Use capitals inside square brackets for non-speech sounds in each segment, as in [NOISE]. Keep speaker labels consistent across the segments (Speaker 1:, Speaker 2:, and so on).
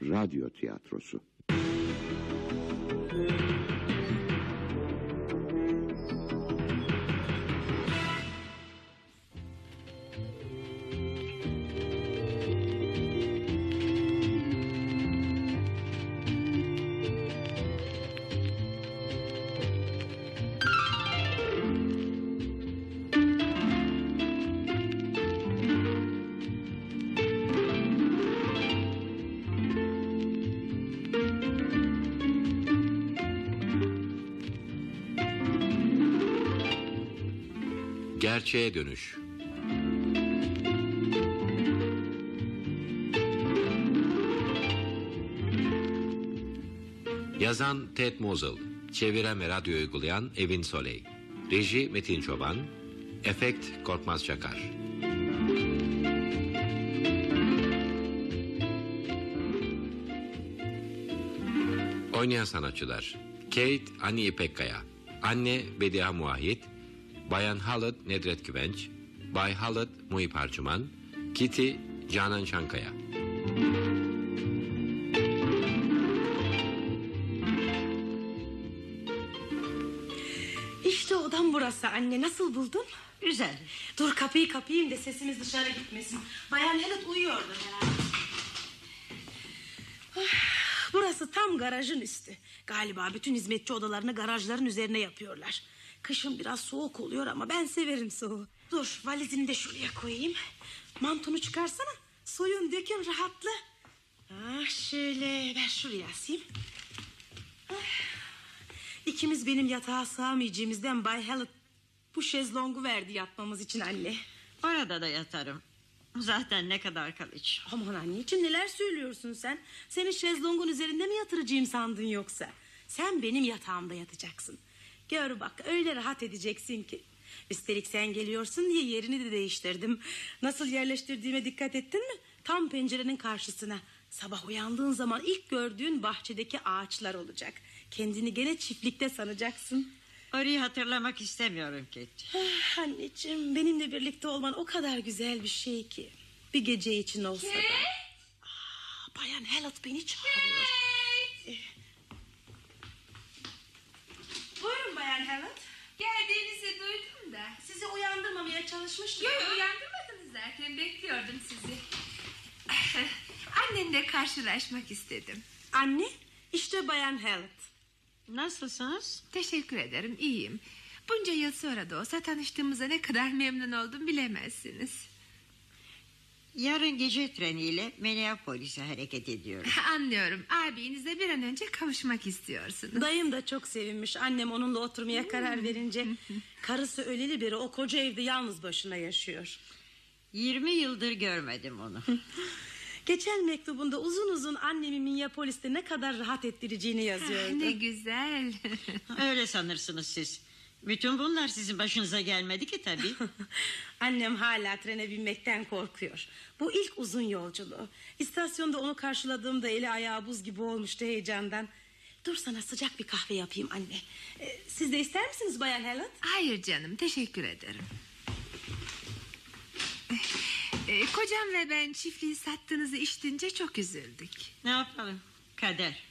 Speaker 1: Radyo tiyatrosu.
Speaker 2: Gerçeğe dönüş. Yazan Ted Mosel, çeviren ve radyo uygulayan Evin Soley. Reji Metin Çoban, efekt Korkmaz Çakar. Oynayan sanatçılar Kate Ani İpekkaya Anne Bediha Muahit Bayan Halat Nedret Güvenç Bay Halat Muhip Harcuman Kitty Canan Çankaya
Speaker 3: İşte odam burası anne nasıl buldun?
Speaker 4: Güzel.
Speaker 3: Dur kapıyı kapayayım da sesimiz dışarı gitmesin. Bayan Helet uyuyordu herhalde. Ah, Burası tam garajın üstü. Galiba bütün hizmetçi odalarını garajların üzerine yapıyorlar. Kışın biraz soğuk oluyor ama ben severim soğuğu. Dur valizini de şuraya koyayım. Mantonu çıkarsana. Soyun dökün rahatla. Ah, şöyle ver şuraya asayım. İkimiz benim yatağa sığamayacağımızdan Bay Hallett bu şezlongu verdi yatmamız için anne.
Speaker 4: Orada da yatarım. Zaten ne kadar kalıcı.
Speaker 3: Aman anneciğim neler söylüyorsun sen? Seni şezlongun üzerinde mi yatıracağım sandın yoksa? Sen benim yatağımda yatacaksın. Gör bak öyle rahat edeceksin ki. Üstelik sen geliyorsun diye yerini de değiştirdim. Nasıl yerleştirdiğime dikkat ettin mi? Tam pencerenin karşısına. Sabah uyandığın zaman ilk gördüğün bahçedeki ağaçlar olacak. Kendini gene çiftlikte sanacaksın.
Speaker 4: Orayı hatırlamak istemiyorum Kate.
Speaker 3: Ah, Anneciğim benimle birlikte olman o kadar güzel bir şey ki. Bir gece için olsa da.
Speaker 5: Ee?
Speaker 3: Aa, Bayan Hallett beni çağırıyor. Eh. Buyurun Bayan Hallett.
Speaker 5: Geldiğinizi duydum da.
Speaker 3: Sizi uyandırmamaya çalışmıştım.
Speaker 5: Yok uyandırmadınız zaten bekliyordum sizi. [LAUGHS] Annenle karşılaşmak istedim.
Speaker 3: Anne işte Bayan Hallett.
Speaker 4: Nasılsınız?
Speaker 5: Teşekkür ederim iyiyim. Bunca yıl sonra da olsa tanıştığımıza ne kadar memnun oldum bilemezsiniz. [LAUGHS]
Speaker 4: Yarın gece treniyle Minneapolis'e hareket ediyorum.
Speaker 5: Anlıyorum abinize bir an önce kavuşmak istiyorsunuz.
Speaker 3: Dayım da çok sevinmiş annem onunla oturmaya karar verince. Karısı öleli biri o koca evde yalnız başına yaşıyor.
Speaker 4: 20 yıldır görmedim onu.
Speaker 3: Geçen mektubunda uzun uzun annemi Minneapolis'te ne kadar rahat ettireceğini
Speaker 5: Ah,
Speaker 3: yazıyordu.
Speaker 5: ne güzel. [LAUGHS]
Speaker 4: Öyle sanırsınız siz. Bütün bunlar sizin başınıza gelmedi ki tabii.
Speaker 3: [LAUGHS] Annem hala trene binmekten korkuyor. Bu ilk uzun yolculuğu. İstasyonda onu karşıladığımda eli ayağı buz gibi olmuştu heyecandan. Dur sana sıcak bir kahve yapayım anne. Ee, siz de ister misiniz Bayan Helen?
Speaker 5: Hayır canım teşekkür ederim. Eh, kocam ve ben çiftliği sattığınızı işitince çok üzüldük.
Speaker 4: ne yapalım? Kader.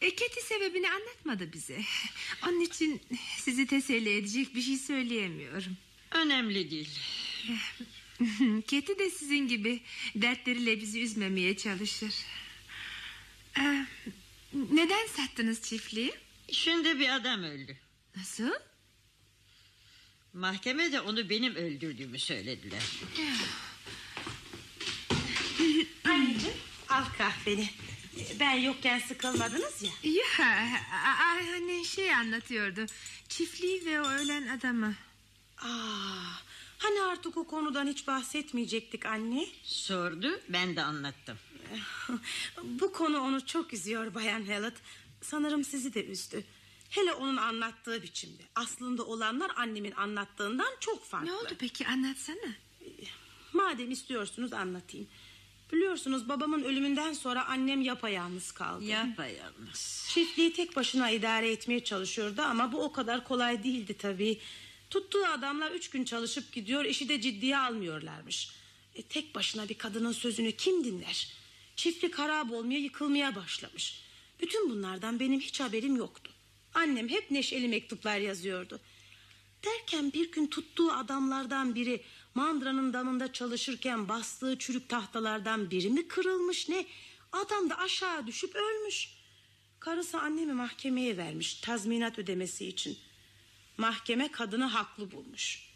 Speaker 5: E, Keti sebebini anlatmadı bize. Onun için sizi teselli edecek bir şey söyleyemiyorum. [LAUGHS]
Speaker 4: Önemli değil.
Speaker 5: Keti de sizin gibi dertleriyle bizi üzmemeye çalışır. Ee, neden sattınız çiftliği?
Speaker 4: Şimdi bir adam öldü.
Speaker 5: Nasıl?
Speaker 4: Mahkemede onu benim öldürdüğümü söylediler.
Speaker 3: Anneciğim al kahveni. Ee, Ben yokken sıkılmadınız ya.
Speaker 5: Ya a- a- annen şey anlatıyordu. Çiftliği ve o ölen adamı.
Speaker 3: Aa, hani artık o konudan hiç bahsetmeyecektik anne.
Speaker 4: Sordu, ben de anlattım.
Speaker 3: [LAUGHS] Bu konu onu çok üzüyor Bayan Hallett. Sanırım sizi de üzdü. Hele onun anlattığı biçimde. Aslında olanlar annemin anlattığından çok farklı.
Speaker 5: Ne oldu peki anlatsana.
Speaker 3: Madem istiyorsunuz anlatayım. Biliyorsunuz babamın ölümünden sonra annem yapayalnız kaldı.
Speaker 4: Yapayalnız.
Speaker 3: Çiftliği tek başına idare etmeye çalışıyordu ama bu o kadar kolay değildi tabii. Tuttuğu adamlar üç gün çalışıp gidiyor işi de ciddiye almıyorlarmış. E, tek başına bir kadının sözünü kim dinler? Çiftlik harap olmaya yıkılmaya başlamış. Bütün bunlardan benim hiç haberim yoktu. Annem hep neşeli mektuplar yazıyordu. Derken bir gün tuttuğu adamlardan biri mandıranın damında çalışırken bastığı çürük tahtalardan biri mi kırılmış ne? Adam da aşağı düşüp ölmüş. Karısı annemi mahkemeye vermiş tazminat ödemesi için. Mahkeme kadını haklı bulmuş.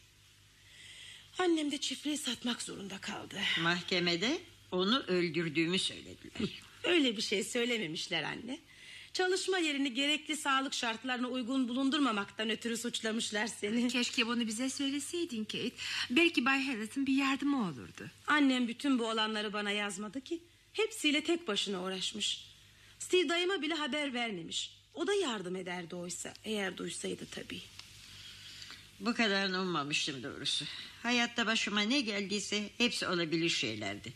Speaker 3: Annem de çiftliği satmak zorunda kaldı.
Speaker 4: Mahkemede onu öldürdüğümü söylediler.
Speaker 3: [LAUGHS] Öyle bir şey söylememişler anne. Çalışma yerini gerekli sağlık şartlarına uygun bulundurmamaktan ötürü suçlamışlar seni.
Speaker 5: Keşke bunu bize söyleseydin Kate. Belki Bay Harrison bir yardımı olurdu.
Speaker 3: Annem bütün bu olanları bana yazmadı ki. Hepsiyle tek başına uğraşmış. Steve dayıma bile haber vermemiş. O da yardım ederdi oysa. Eğer duysaydı tabii.
Speaker 4: Bu kadarını ummamıştım doğrusu. Hayatta başıma ne geldiyse hepsi olabilir şeylerdi.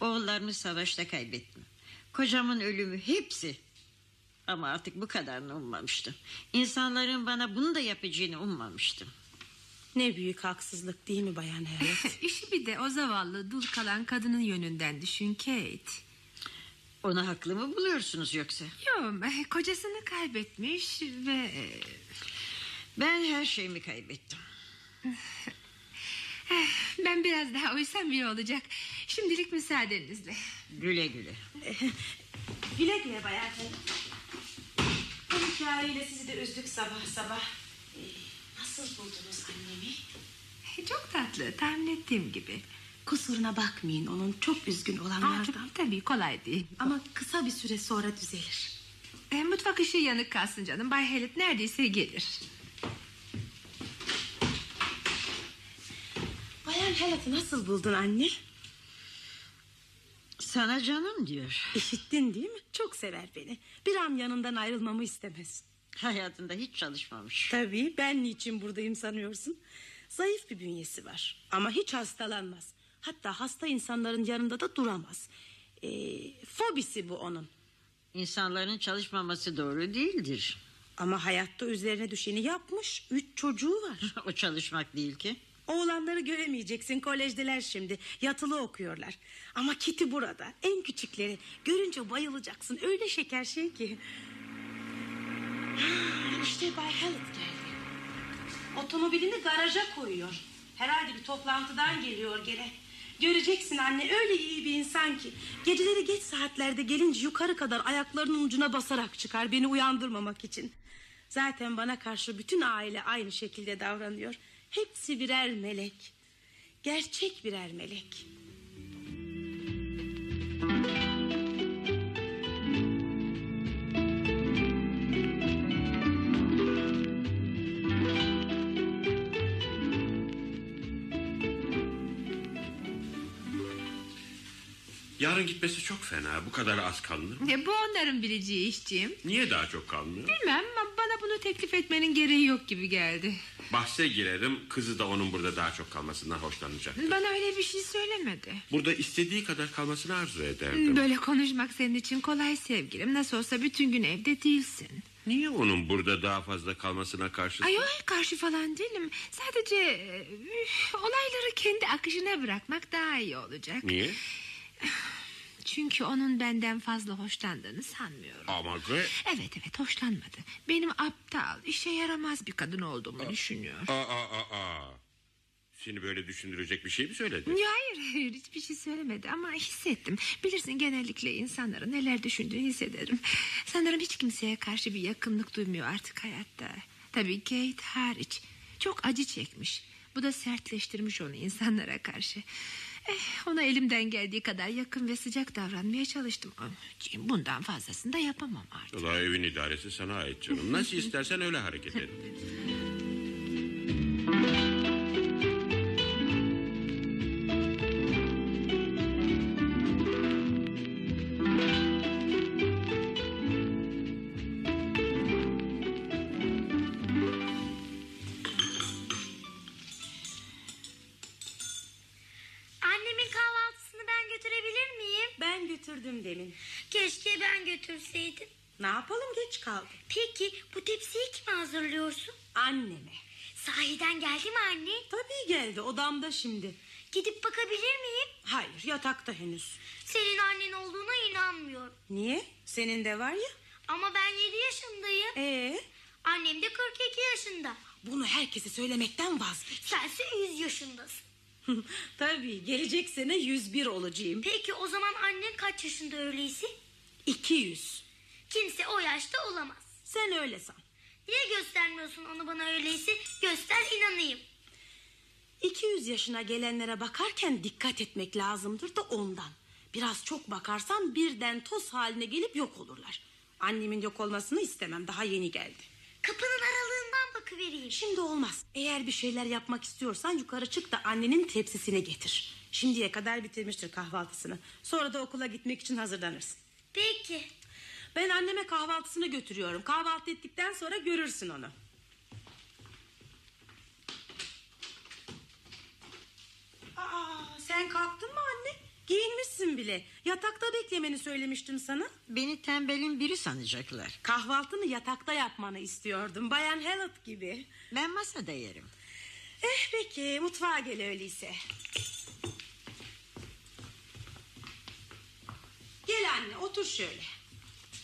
Speaker 4: Oğullarımı savaşta kaybettim. Kocamın ölümü hepsi. Ama artık bu kadarını ummamıştım. İnsanların bana bunu da yapacağını ummamıştım.
Speaker 3: Ne büyük haksızlık değil mi Bayan [LAUGHS] Harriet?
Speaker 5: İşi bir de o zavallı dul kalan kadının yönünden düşün Kate.
Speaker 4: Onu haklı mı buluyorsunuz yoksa?
Speaker 5: Yok eh, kocasını kaybetmiş ve... eh,
Speaker 4: Ben her şeyimi kaybettim.
Speaker 5: Ben biraz daha uysam iyi olacak. Şimdilik müsaadenizle.
Speaker 4: Güle güle.
Speaker 3: güle güle Bayan Harriet. Bu hikayeyle sizi de üzdük sabah sabah. Ee, Nasıl buldunuz annemi?
Speaker 5: Eh, Çok tatlı tahmin ettiğim gibi.
Speaker 3: Kusuruna bakmayın onun çok üzgün
Speaker 5: Aa,
Speaker 3: olanlardan.
Speaker 5: tabii, tabii kolay değil.
Speaker 3: Ama kısa bir süre sonra düzelir.
Speaker 5: E, mutfak ışığı yanık kalsın canım. Bay Helit neredeyse gelir.
Speaker 3: Bayan Helat'ı nasıl buldun anne?
Speaker 4: Sana canım diyor.
Speaker 3: İşittin değil mi? Çok sever beni. Bir an yanından ayrılmamı istemez.
Speaker 4: Hayatında hiç çalışmamış.
Speaker 3: Tabii ben niçin buradayım sanıyorsun? Zayıf bir bünyesi var ama hiç hastalanmaz. Hatta hasta insanların yanında da duramaz. Ee, fobisi bu onun.
Speaker 4: İnsanların çalışmaması doğru değildir.
Speaker 3: Ama hayatta üzerine düşeni yapmış. Üç çocuğu var.
Speaker 4: [LAUGHS] o çalışmak değil ki.
Speaker 3: Oğlanları göremeyeceksin kolejdeler şimdi. Yatılı okuyorlar. Ama Kitty burada. En küçükleri. Görünce bayılacaksın. Öyle şeker şey ki. [SIGHS] Ha, İşte Bay Hallett geldi. Otomobilini garaja koyuyor. Herhalde bir toplantıdan geliyor gene. Göreceksin anne öyle iyi bir insan ki. Geceleri geç saatlerde gelince yukarı kadar ayaklarının ucuna basarak çıkar beni uyandırmamak için. Zaten bana karşı bütün aile aynı şekilde davranıyor. Hepsi birer melek. Gerçek birer melek.
Speaker 1: Yarın gitmesi çok fena. Bu kadar az kalınır. mı?
Speaker 5: E, bu onların bileceği işciğim.
Speaker 1: Niye daha çok kalmıyor?
Speaker 5: Bilmem ama bana bunu teklif etmenin gereği yok gibi geldi.
Speaker 1: Bahse girerim. Kızı da onun burada daha çok kalmasından hoşlanacak.
Speaker 5: Bana öyle bir şey söylemedi.
Speaker 1: Burada istediği kadar kalmasını arzu ederdim.
Speaker 5: Böyle konuşmak senin için kolay sevgilim. Nasıl olsa bütün gün evde değilsin.
Speaker 1: Niye onun burada daha fazla kalmasına karşı?
Speaker 5: Ay ay karşı falan değilim. Sadece e, üf, olayları kendi akışına bırakmak daha iyi olacak.
Speaker 1: Niye?
Speaker 5: Çünkü onun benden fazla hoşlandığını sanmıyorum.
Speaker 1: Ama Gre...
Speaker 5: Evet evet hoşlanmadı. Benim aptal, işe yaramaz bir kadın olduğumu düşünüyor.
Speaker 1: Aa, aa, aa, aa. Seni böyle düşündürecek bir şey mi söyledi?
Speaker 5: Ya hayır hayır hiçbir şey söylemedi ama hissettim. Bilirsin genellikle insanların neler düşündüğünü hissederim. Sanırım hiç kimseye karşı bir yakınlık duymuyor artık hayatta. Tabii Kate hariç. Çok acı çekmiş. Bu da sertleştirmiş onu insanlara karşı. Eh, ona elimden geldiği kadar yakın ve sıcak davranmaya çalıştım. Cim, Bundan fazlasını da yapamam artık.
Speaker 1: Valla evin idaresi sana ait canım. Nasıl istersen öyle hareket et.
Speaker 6: Annemin kahvaltısını ben götürebilir miyim?
Speaker 3: Ben götürdüm demin.
Speaker 6: Keşke ben götürseydim.
Speaker 3: Ne yapalım geç kaldım.
Speaker 6: Peki bu tepsiyi kime hazırlıyorsun?
Speaker 3: Anneme.
Speaker 6: Sahiden geldi mi anne?
Speaker 3: Tabii geldi odamda şimdi.
Speaker 6: Gidip bakabilir miyim?
Speaker 3: Hayır yatakta henüz.
Speaker 6: Senin annen olduğuna inanmıyorum.
Speaker 3: Niye? Senin de var ya.
Speaker 6: Ama ben 7 yaşındayım.
Speaker 3: Ee,
Speaker 6: Annem de 42 yaşında.
Speaker 3: bunu herkese söylemekten vazgeç.
Speaker 6: Sense 100 yaşındasın.
Speaker 3: [LAUGHS] Tabii gelecek sene 101 olacağım.
Speaker 6: Peki o zaman annen kaç yaşında öyleyse?
Speaker 3: 200.
Speaker 6: Kimse o yaşta olamaz.
Speaker 3: Sen öyle san.
Speaker 6: Niye göstermiyorsun onu bana öyleyse? Göster inanayım.
Speaker 3: 200 yaşına gelenlere bakarken dikkat etmek lazımdır da ondan. Biraz çok bakarsan birden toz haline gelip yok olurlar. Annemin yok olmasını istemem daha yeni geldi.
Speaker 6: Kapının aralığından bakıvereyim.
Speaker 3: Şimdi olmaz. Eğer bir şeyler yapmak istiyorsan yukarı çık da annenin tepsisini getir. Şimdiye kadar bitirmiştir kahvaltısını. Sonra da okula gitmek için hazırlanırsın.
Speaker 6: Peki.
Speaker 3: Ben anneme kahvaltısını götürüyorum. Kahvaltı ettikten sonra görürsün onu. Aa, sen kalktın mı anne? Giyinmişsin bile. Yatakta beklemeni söylemiştim sana.
Speaker 4: Beni tembelin biri sanacaklar.
Speaker 3: Kahvaltını yatakta yapmanı istiyordum. Bayan Hallett gibi.
Speaker 4: Ben masada yerim.
Speaker 3: Eh peki mutfağa gel öyleyse. Gel anne otur şöyle.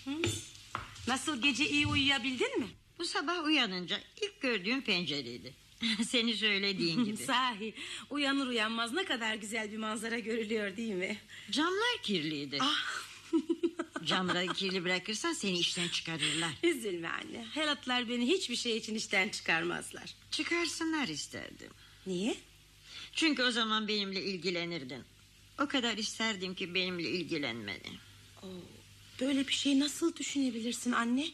Speaker 3: Hı? Nasıl gece iyi uyuyabildin mi?
Speaker 4: Bu sabah uyanınca ilk gördüğüm pencereydi. [LAUGHS] Seni
Speaker 3: [LAUGHS]
Speaker 4: söylediğin gibi.
Speaker 3: Sahi uyanır uyanmaz ne kadar güzel bir manzara görülüyor değil mi?
Speaker 4: Camlar kirliydi.
Speaker 3: Ah.
Speaker 4: [LAUGHS] Camları kirli bırakırsan seni işten çıkarırlar.
Speaker 3: Üzülme anne. Helatlar beni hiçbir şey için işten çıkarmazlar.
Speaker 4: Çıkarsınlar isterdim.
Speaker 3: Niye?
Speaker 4: Çünkü o zaman benimle ilgilenirdin. O kadar isterdim ki benimle ilgilenmeni.
Speaker 3: Oo, böyle bir şey nasıl düşünebilirsin anne?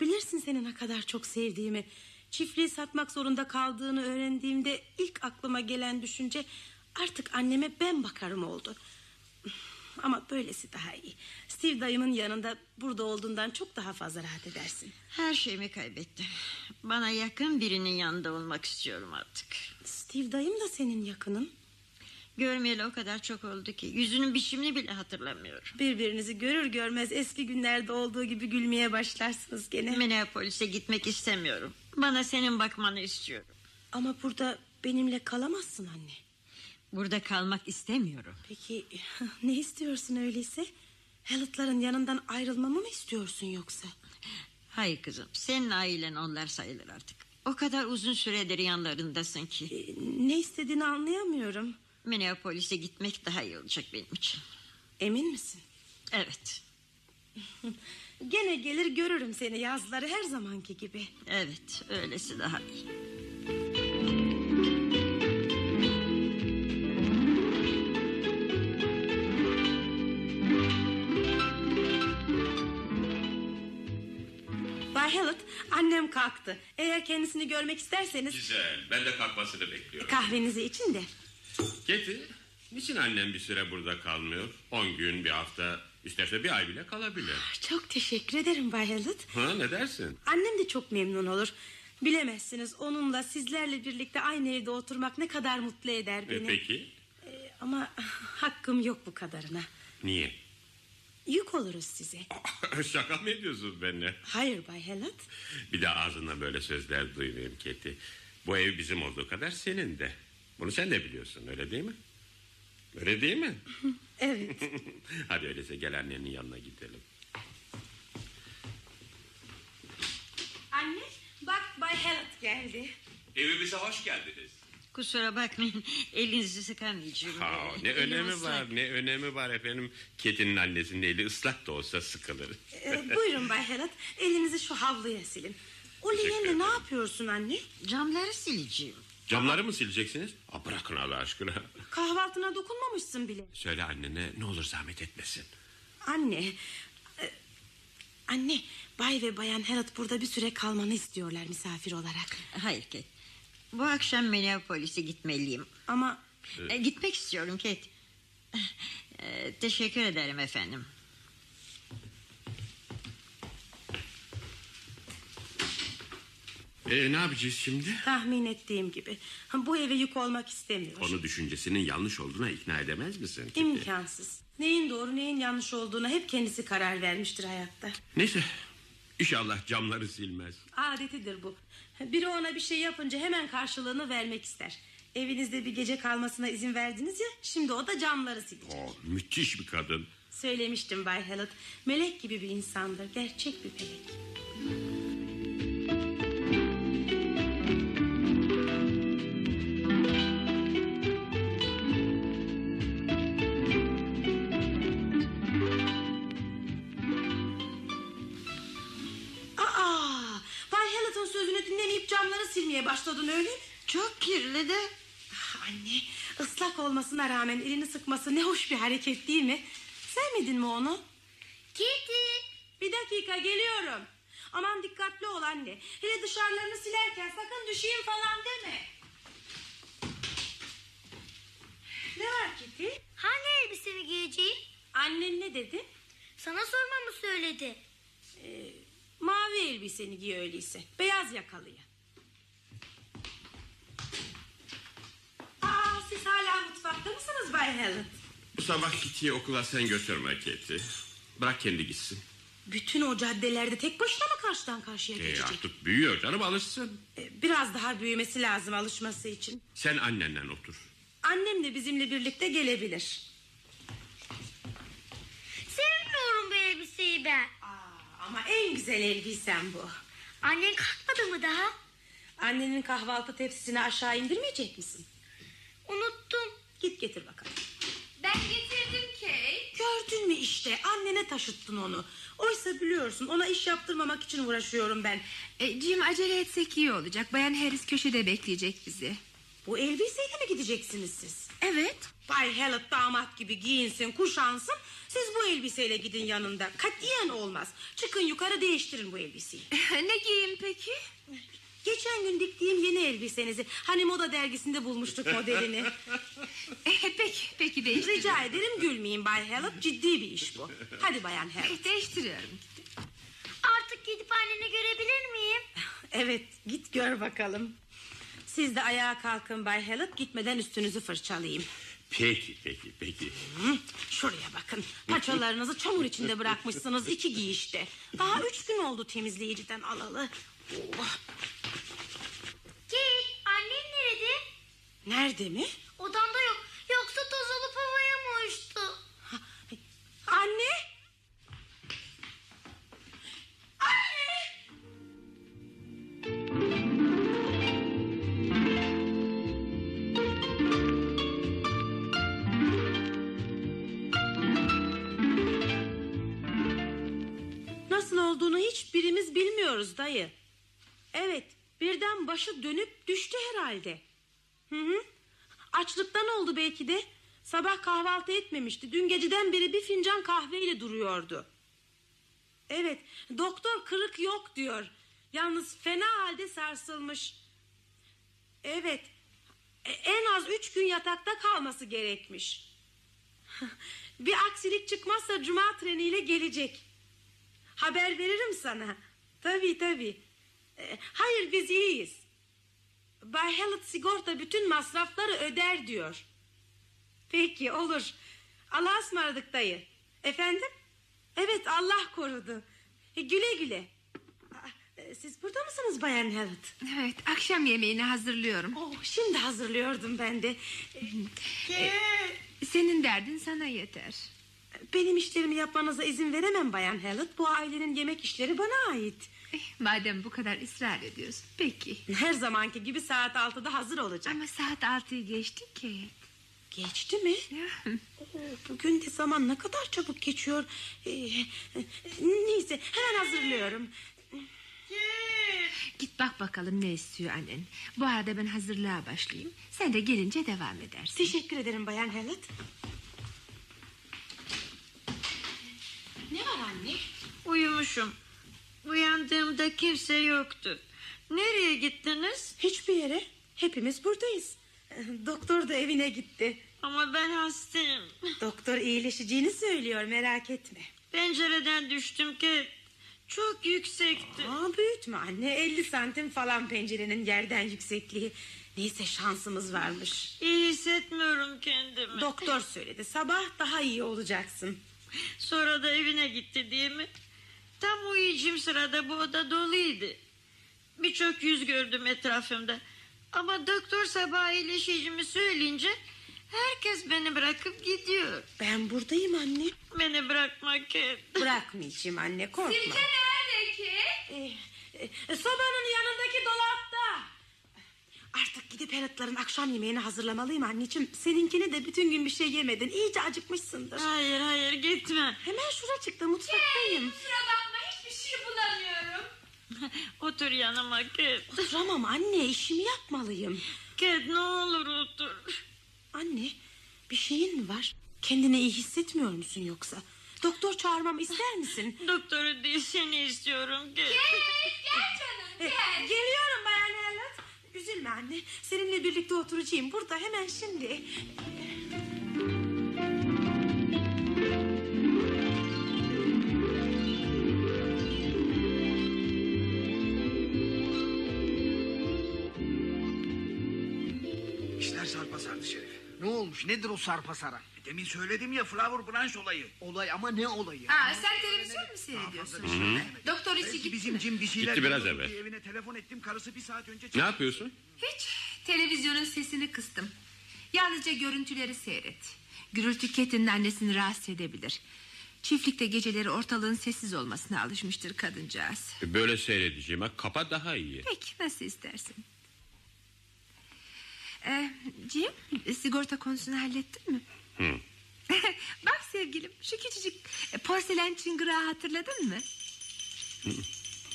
Speaker 3: Bilirsin seni ne kadar çok sevdiğimi. Çiftliği satmak zorunda kaldığını öğrendiğimde ilk aklıma gelen düşünce artık anneme ben bakarım oldu. [SIGHS] Ama böylesi daha iyi. Steve dayımın yanında burada olduğundan çok daha fazla rahat edersin.
Speaker 4: Her şeyimi kaybettim. Bana yakın birinin yanında olmak istiyorum artık.
Speaker 3: Steve dayım da senin yakının.
Speaker 4: Görmeyeli o kadar çok oldu ki yüzünün biçimini bile hatırlamıyorum.
Speaker 3: Birbirinizi görür görmez eski günlerde olduğu gibi gülmeye başlarsınız gene.
Speaker 4: Minneapolis'e gitmek istemiyorum. Bana senin bakmanı istiyorum.
Speaker 3: Ama burada benimle kalamazsın anne.
Speaker 4: Burada kalmak istemiyorum.
Speaker 3: Peki [LAUGHS] ne istiyorsun öyleyse? Halit'ların yanından ayrılmamı mı istiyorsun yoksa?
Speaker 4: Hayır kızım senin ailen onlar sayılır artık. O kadar uzun süredir yanlarındasın
Speaker 3: Ee,
Speaker 4: ki.
Speaker 3: ne istediğini anlayamıyorum.
Speaker 4: Minneapolis'e gitmek daha iyi olacak benim için.
Speaker 3: Emin misin?
Speaker 4: Evet,
Speaker 3: Gene gelir görürüm seni yazları her zamanki gibi.
Speaker 4: evet öylesi daha iyi.
Speaker 3: Bay Halit annem kalktı. Eğer kendisini görmek isterseniz
Speaker 1: Güzel. Ben de kalkmasını bekliyorum.
Speaker 3: kahvenizi için de.
Speaker 1: Keti, niçin annem bir süre burada kalmıyor? On gün, bir hafta, isterse bir ay bile kalabilir.
Speaker 3: Çok teşekkür ederim Bay Halit.
Speaker 1: Ha, ne dersin?
Speaker 3: Annem de çok memnun olur. Bilemezsiniz onunla sizlerle birlikte aynı evde oturmak ne kadar mutlu eder
Speaker 1: E,
Speaker 3: beni.
Speaker 1: peki,
Speaker 3: Ee, Ama [LAUGHS] hakkım yok bu kadarına.
Speaker 1: niye? [LAUGHS]
Speaker 3: Yük oluruz size.
Speaker 1: Şaka mı ediyorsun benimle?
Speaker 3: Hayır Bay Helat.
Speaker 1: Bir de ağzından böyle sözler duymayayım Keti. Bu ev bizim olduğu kadar senin de. Bunu sen de biliyorsun öyle değil mi? Öyle değil mi? [LAUGHS]
Speaker 3: Evet.
Speaker 1: Hadi öyleyse gel annenin yanına gidelim.
Speaker 3: Anne bak Bay Helat geldi.
Speaker 7: Evimize hoş geldiniz.
Speaker 4: Kusura bakmayın [LAUGHS] elinizi sıkamayacağım.
Speaker 1: Ha, ne
Speaker 4: Elim
Speaker 1: önemi
Speaker 4: ıslak.
Speaker 1: var ne önemi var efendim. Ketinin annesinin eli ıslak da olsa sıkılır.
Speaker 3: Ee, buyurun Bay Helat. Elinizi şu havluya silin. O leğenle ne yapıyorsun anne?
Speaker 4: Camları sileceğim.
Speaker 1: Camları mı sileceksiniz? Aa, bırakın Allah aşkına.
Speaker 3: Kahvaltına dokunmamışsın bile.
Speaker 1: Söyle annene ne olur zahmet etmesin.
Speaker 3: Anne. e, Anne, Bay ve Bayan Herat burada bir süre kalmanı istiyorlar misafir olarak.
Speaker 4: Hayır Kate. Bu akşam Minneapolis'e gitmeliyim.
Speaker 3: Ama
Speaker 4: E, gitmek istiyorum Kate. E, teşekkür ederim efendim.
Speaker 1: Ee, ne yapacağız şimdi?
Speaker 3: tahmin ettiğim gibi bu eve yük olmak istemiyor.
Speaker 1: Onu düşüncesinin yanlış olduğuna ikna edemez misin? Keti?
Speaker 3: İmkansız. Neyin doğru neyin yanlış olduğuna hep kendisi karar vermiştir hayatta.
Speaker 1: Neyse inşallah camları silmez.
Speaker 3: Adetidir bu. Biri ona bir şey yapınca hemen karşılığını vermek ister. Evinizde bir gece kalmasına izin verdiniz ya. Şimdi o da camları silecek.
Speaker 1: Oh, müthiş bir kadın.
Speaker 3: Söylemiştim Bay Hallett. Melek gibi bir insandır. Gerçek bir melek. Aa, Bay Hallett'ın sözünü dinlemeyip camları silmeye başladın öyle mi?
Speaker 4: Çok kirli de
Speaker 3: Ah, Anne ıslak olmasına rağmen elini sıkması ne hoş bir hareket değil mi? Sevmedin mi onu?
Speaker 6: Kitty.
Speaker 3: Bir dakika geliyorum. Aman dikkatli ol anne. Hele dışarılarını silerken sakın düşeyim falan deme. Ne var Kitty?
Speaker 6: Hangi elbisemi giyeceğim?
Speaker 3: Annen ne dedi?
Speaker 6: Sana sormamı söyledi.
Speaker 3: Ee, mavi elbiseni giy öyleyse. Beyaz yakalıya. Aa, siz hala mutfakta mısınız Bay Helen?
Speaker 1: Bu sabah Kitty'yi okula sen götürme Keti. Bırak kendi gitsin.
Speaker 3: Bütün o caddelerde tek başına mı karşıdan karşıya
Speaker 1: Ee,
Speaker 3: geçecek?
Speaker 1: artık büyüyor canım alışsın.
Speaker 3: Ee, Biraz daha büyümesi lazım alışması için.
Speaker 1: Sen annenden otur.
Speaker 3: Annem de bizimle birlikte gelebilir.
Speaker 6: Sevmiyorum bu elbiseyi ben.
Speaker 3: Aa, ama en güzel elbisen bu.
Speaker 6: Annen kalkmadı mı daha?
Speaker 3: Annenin kahvaltı tepsisini aşağı indirmeyecek misin?
Speaker 6: Unuttum.
Speaker 3: Git getir bakalım.
Speaker 5: Ben getirdim Kate.
Speaker 3: Gördün mü işte annene taşıttın onu. Oysa biliyorsun ona iş yaptırmamak için uğraşıyorum ben.
Speaker 5: E, Jim acele etsek iyi olacak. Bayan Harris köşede bekleyecek bizi. [LAUGHS]
Speaker 3: Bu elbiseyle mi gideceksiniz siz?
Speaker 5: Evet.
Speaker 3: Bay Hallett damat gibi giyinsin kuşansın. Siz bu elbiseyle gidin yanında. Katiyen olmaz. Çıkın yukarı değiştirin bu elbiseyi.
Speaker 5: ne giyeyim peki?
Speaker 3: Geçen gün diktiğim yeni elbisenizi hani moda dergisinde bulmuştuk [LAUGHS] modelini.
Speaker 5: E, peki, peki değiştir.
Speaker 3: Rica ederim gülmeyin Bay Hallett. Ciddi bir iş bu. Hadi Bayan Hallett.
Speaker 5: E, değiştiriyorum.
Speaker 6: Artık gidip anneni görebilir miyim?
Speaker 3: Evet git gör bakalım. Siz de ayağa kalkın Bay Hallett. Gitmeden üstünüzü fırçalayayım.
Speaker 1: Peki peki peki.
Speaker 3: Hı, şuraya bakın. Paçalarınızı çamur içinde bırakmışsınız iki giyişte. Daha üç gün oldu temizleyiciden alalı. Oh,
Speaker 6: Kate annen nerede?
Speaker 3: nerede mi?
Speaker 6: Odamda yok. Yoksa toz olup havaya mı uçtu?
Speaker 3: Ha, Anne! Anne! Nasıl olduğunu hiçbirimiz bilmiyoruz dayı. Evet, birden başı dönüp düştü herhalde. Hı hı. Açlıktan oldu belki de. Sabah kahvaltı etmemişti. Dün geceden beri bir fincan kahveyle duruyordu. Evet, doktor kırık yok diyor. Yalnız fena halde sarsılmış. Evet, e- en az üç gün yatakta kalması gerekmiş. [LAUGHS] bir aksilik çıkmazsa cuma treniyle gelecek. Haber veririm sana. Tabii tabii. E, Hayır biz iyiyiz. Bay Hallett sigorta bütün masrafları öder diyor. Peki olur. Allah'a ısmarladık dayı. Efendim? Evet Allah korudu. E, güle güle. Aa, e, Siz burada mısınız Bayan Hallett?
Speaker 5: Evet, akşam yemeğini hazırlıyorum.
Speaker 3: Oh, şimdi hazırlıyordum ben de. E,
Speaker 5: Senin derdin sana yeter.
Speaker 3: Benim işlerimi yapmanıza izin veremem Bayan Hallett. Bu ailenin yemek işleri bana ait.
Speaker 5: Eh, madem bu kadar ısrar ediyorsun, peki.
Speaker 3: Her zamanki gibi saat 6'da hazır olacak.
Speaker 5: Ama saat altıyı geçti ki. [LAUGHS]
Speaker 3: Geçti mi? Oo, Bugün de zaman ne kadar çabuk geçiyor. Ee, e, Neyse hemen hazırlıyorum.
Speaker 5: Git bak bakalım ne istiyor annen. Bu arada ben hazırlığa başlayayım. Sen de gelince devam edersin.
Speaker 3: Teşekkür ederim Bayan Hallett. Ne var anne?
Speaker 4: uyumuşum. Uyandığımda kimse yoktu. Nereye gittiniz?
Speaker 3: Hiçbir yere. Hepimiz buradayız. Doktor da evine gitti.
Speaker 4: Ama ben hastayım.
Speaker 3: Doktor iyileşeceğini söylüyor merak etme.
Speaker 4: Pencereden düştüm ki çok yüksekti.
Speaker 3: Aa, büyütme anne 50 santim falan pencerenin yerden yüksekliği. Neyse şansımız varmış.
Speaker 4: İyi hissetmiyorum kendimi.
Speaker 3: Doktor söyledi sabah daha iyi olacaksın.
Speaker 4: Sonra da evine gitti değil mi? Tam uyuyacağım sırada bu oda doluydu. Birçok yüz gördüm etrafımda. Ama doktor sabah iyileşeceğimi söyleyince herkes beni bırakıp gidiyor.
Speaker 3: Ben buradayım anne.
Speaker 4: Beni bırakma Kate.
Speaker 3: Bırakmayacağım anne korkma.
Speaker 6: nerede ki?
Speaker 3: Ee, e, sobanın yanındaki dolapta. Artık gidip Herat'ların akşam yemeğini hazırlamalıyım anneciğim. Seninkini de bütün gün bir şey yemedin. İyice acıkmışsındır.
Speaker 4: Hayır hayır gitme.
Speaker 3: Hemen şura çıktı mutfaktayım.
Speaker 6: Kusura bakma hiçbir şey bulamıyorum.
Speaker 4: Otur yanıma Kate.
Speaker 3: Oturamam anne işimi yapmalıyım.
Speaker 4: Kate ne olur otur.
Speaker 3: Anne bir şeyin mi var? Kendini iyi hissetmiyor musun yoksa? Doktor çağırmamı ister
Speaker 4: [LAUGHS]
Speaker 3: misin?
Speaker 4: Doktoru değil seni istiyorum Kate.
Speaker 6: Gel canım
Speaker 3: E,
Speaker 6: [LAUGHS] gel.
Speaker 3: Geliyorum bayan Herat. Üzülme anne. Seninle birlikte oturacağım burada hemen şimdi.
Speaker 8: İşler sarpa sardı Şerif. Ne olmuş nedir o sarpa saran? Demin söyledim ya Flower Branch olayı. Olay ama ne olayı?
Speaker 5: Aa, sen televizyon mu seyrediyorsun? Doktor içi
Speaker 8: Belki
Speaker 5: gitti.
Speaker 8: bizim Jim bir şeyler...
Speaker 1: Gitti biraz
Speaker 8: biliyordur
Speaker 1: evvel.
Speaker 8: diye Evine telefon ettim karısı bir saat önce...
Speaker 1: Ne yapıyorsun?
Speaker 5: Hiç televizyonun sesini kıstım. Yalnızca görüntüleri seyret. Gürültü Ketin'in annesini rahatsız edebilir. Çiftlikte geceleri ortalığın sessiz olmasına alışmıştır kadıncağız.
Speaker 1: E, Böyle seyredeceğime kapa daha iyi.
Speaker 5: Peki nasıl istersin? Ee, Cem sigorta konusunu hallettin mi? [LAUGHS] Bak sevgilim şu küçücük eh, porselen çıngırağı hatırladın mı?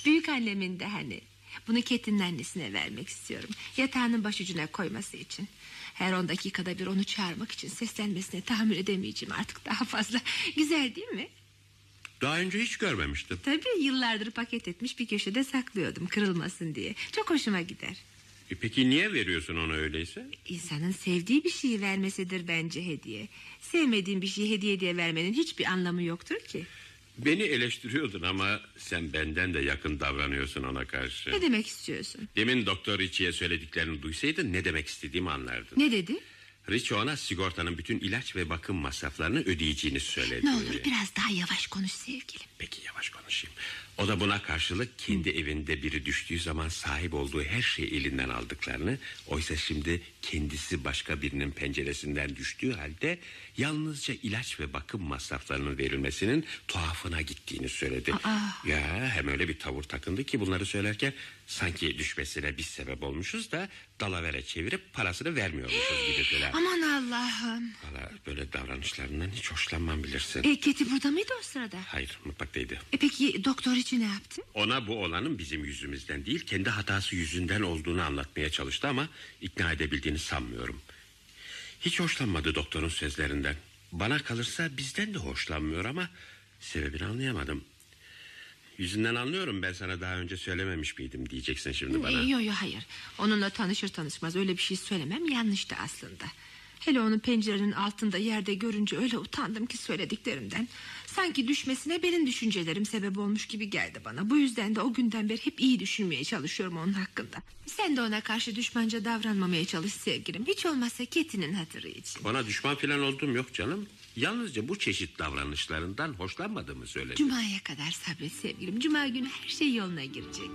Speaker 5: Büyük annemin de hani. Bunu Ketin'in annesine vermek istiyorum. Yatağının başucuna koyması için. Her on dakikada bir onu çağırmak için seslenmesine tahammül edemeyeceğim artık daha fazla. [LAUGHS] Güzel değil mi?
Speaker 1: Daha önce hiç görmemiştim.
Speaker 5: Tabii yıllardır paket etmiş bir köşede saklıyordum kırılmasın diye. Çok hoşuma gider.
Speaker 1: E, peki niye veriyorsun onu öyleyse?
Speaker 5: İnsanın sevdiği bir şeyi vermesidir bence hediye. Sevmediğin bir şeyi hediye diye vermenin hiçbir anlamı yoktur ki.
Speaker 1: Beni eleştiriyordun ama sen benden de yakın davranıyorsun ona karşı.
Speaker 5: Ne demek istiyorsun?
Speaker 1: Demin doktor Richie'ye söylediklerini duysaydın ne demek istediğimi anlardın.
Speaker 5: Ne dedi?
Speaker 1: Richie ona sigortanın bütün ilaç ve bakım masraflarını ödeyeceğini söyledi.
Speaker 5: Ne olur biraz daha yavaş konuş sevgilim.
Speaker 1: Peki yavaş konuşayım. O da buna karşılık kendi evinde biri düştüğü zaman sahip olduğu her şeyi elinden aldıklarını... ...oysa şimdi kendisi başka birinin penceresinden düştüğü halde... ...yalnızca ilaç ve bakım masraflarının verilmesinin tuhafına gittiğini söyledi. Ya hem öyle bir tavır takındı ki bunları söylerken... ...sanki düşmesine biz sebep olmuşuz da dalavere çevirip parasını vermiyormuşuz gibi falan.
Speaker 5: Aman Allah'ım.
Speaker 1: Valla böyle davranışlarından hiç hoşlanmam bilirsin.
Speaker 5: E, Keti burada mıydı o sırada?
Speaker 1: Hayır mutfaktaydı.
Speaker 5: E, peki doktor için ne yaptı?
Speaker 1: Ona bu olanın bizim yüzümüzden değil kendi hatası yüzünden olduğunu anlatmaya çalıştı ama ikna edebildiğini sanmıyorum. Hiç hoşlanmadı doktorun sözlerinden. Bana kalırsa bizden de hoşlanmıyor ama sebebini anlayamadım. Yüzünden anlıyorum ben sana daha önce söylememiş miydim diyeceksin şimdi bana.
Speaker 5: E, yo yo hayır. Onunla tanışır tanışmaz öyle bir şey söylemem yanlıştı aslında. Hele onu pencerenin altında yerde görünce öyle utandım ki söylediklerimden. Sanki düşmesine benim düşüncelerim sebep olmuş gibi geldi bana. Bu yüzden de o günden beri hep iyi düşünmeye çalışıyorum onun hakkında. Sen de ona karşı düşmanca davranmamaya çalış sevgilim. Hiç olmazsa Ketin'in hatırı için.
Speaker 1: Bana düşman falan olduğum yok canım. Yalnızca bu çeşit davranışlarından hoşlanmadığımı söyledim.
Speaker 5: Cuma'ya kadar sabret sevgilim. Cuma günü her şey yoluna girecek.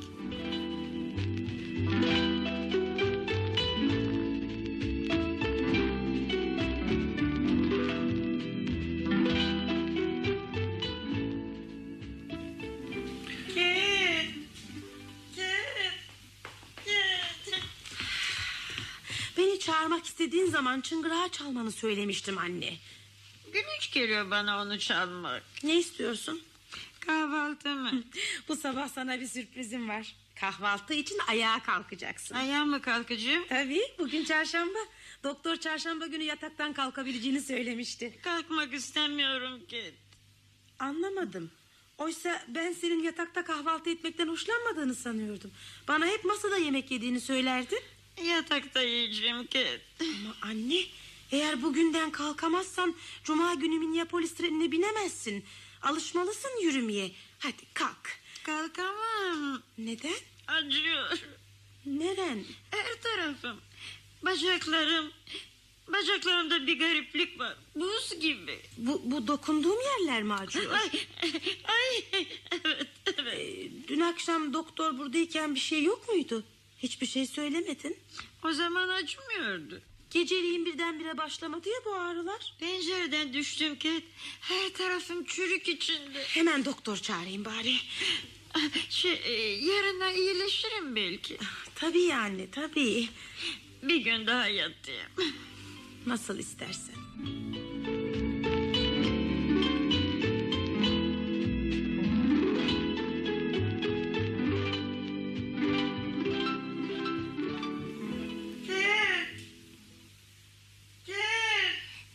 Speaker 4: Kate. Kate. Kate.
Speaker 3: Beni çağırmak istediğin zaman çıngırağı çalmanı söylemiştim anne.
Speaker 4: Gülünç geliyor bana onu çalmak.
Speaker 3: Ne istiyorsun?
Speaker 4: Kahvaltı mı?
Speaker 3: Bu sabah sana bir sürprizim var. Kahvaltı için ayağa kalkacaksın.
Speaker 4: Ayağa mı kalkacağım?
Speaker 3: Tabii bugün çarşamba. Doktor çarşamba günü yataktan kalkabileceğini söylemişti.
Speaker 4: Kalkmak istemiyorum Kate.
Speaker 3: Anlamadım. Oysa ben senin yatakta kahvaltı etmekten hoşlanmadığını sanıyordum. Bana hep masada yemek yediğini söylerdin.
Speaker 4: Yatakta yiyeceğim Kate.
Speaker 3: Ama anne eğer bugünden kalkamazsan cuma günü Minneapolis trenine binemezsin. Alışmalısın yürümeye. Hadi kalk.
Speaker 4: Kalkamam.
Speaker 3: Neden?
Speaker 4: Acıyor.
Speaker 3: Neden?
Speaker 4: Her tarafım. Bacaklarım. Bacaklarımda bir gariplik var. Buz gibi.
Speaker 3: Bu, bu dokunduğum yerler mi acıyor?
Speaker 4: Ay, ay, evet, evet.
Speaker 3: Ee, Dün akşam doktor buradayken bir şey yok muydu? Hiçbir şey söylemedin.
Speaker 4: O zaman acımıyordu.
Speaker 3: Geceliğin birdenbire başlamadı ya bu ağrılar.
Speaker 4: Pencereden düştüm Kate. Her tarafım çürük içinde.
Speaker 3: Hemen doktor çağırayım bari.
Speaker 4: Şey, e, yarına iyileşirim belki.
Speaker 3: Ah, Tabii anne tabii.
Speaker 4: Bir gün daha yatayım.
Speaker 3: Nasıl istersen.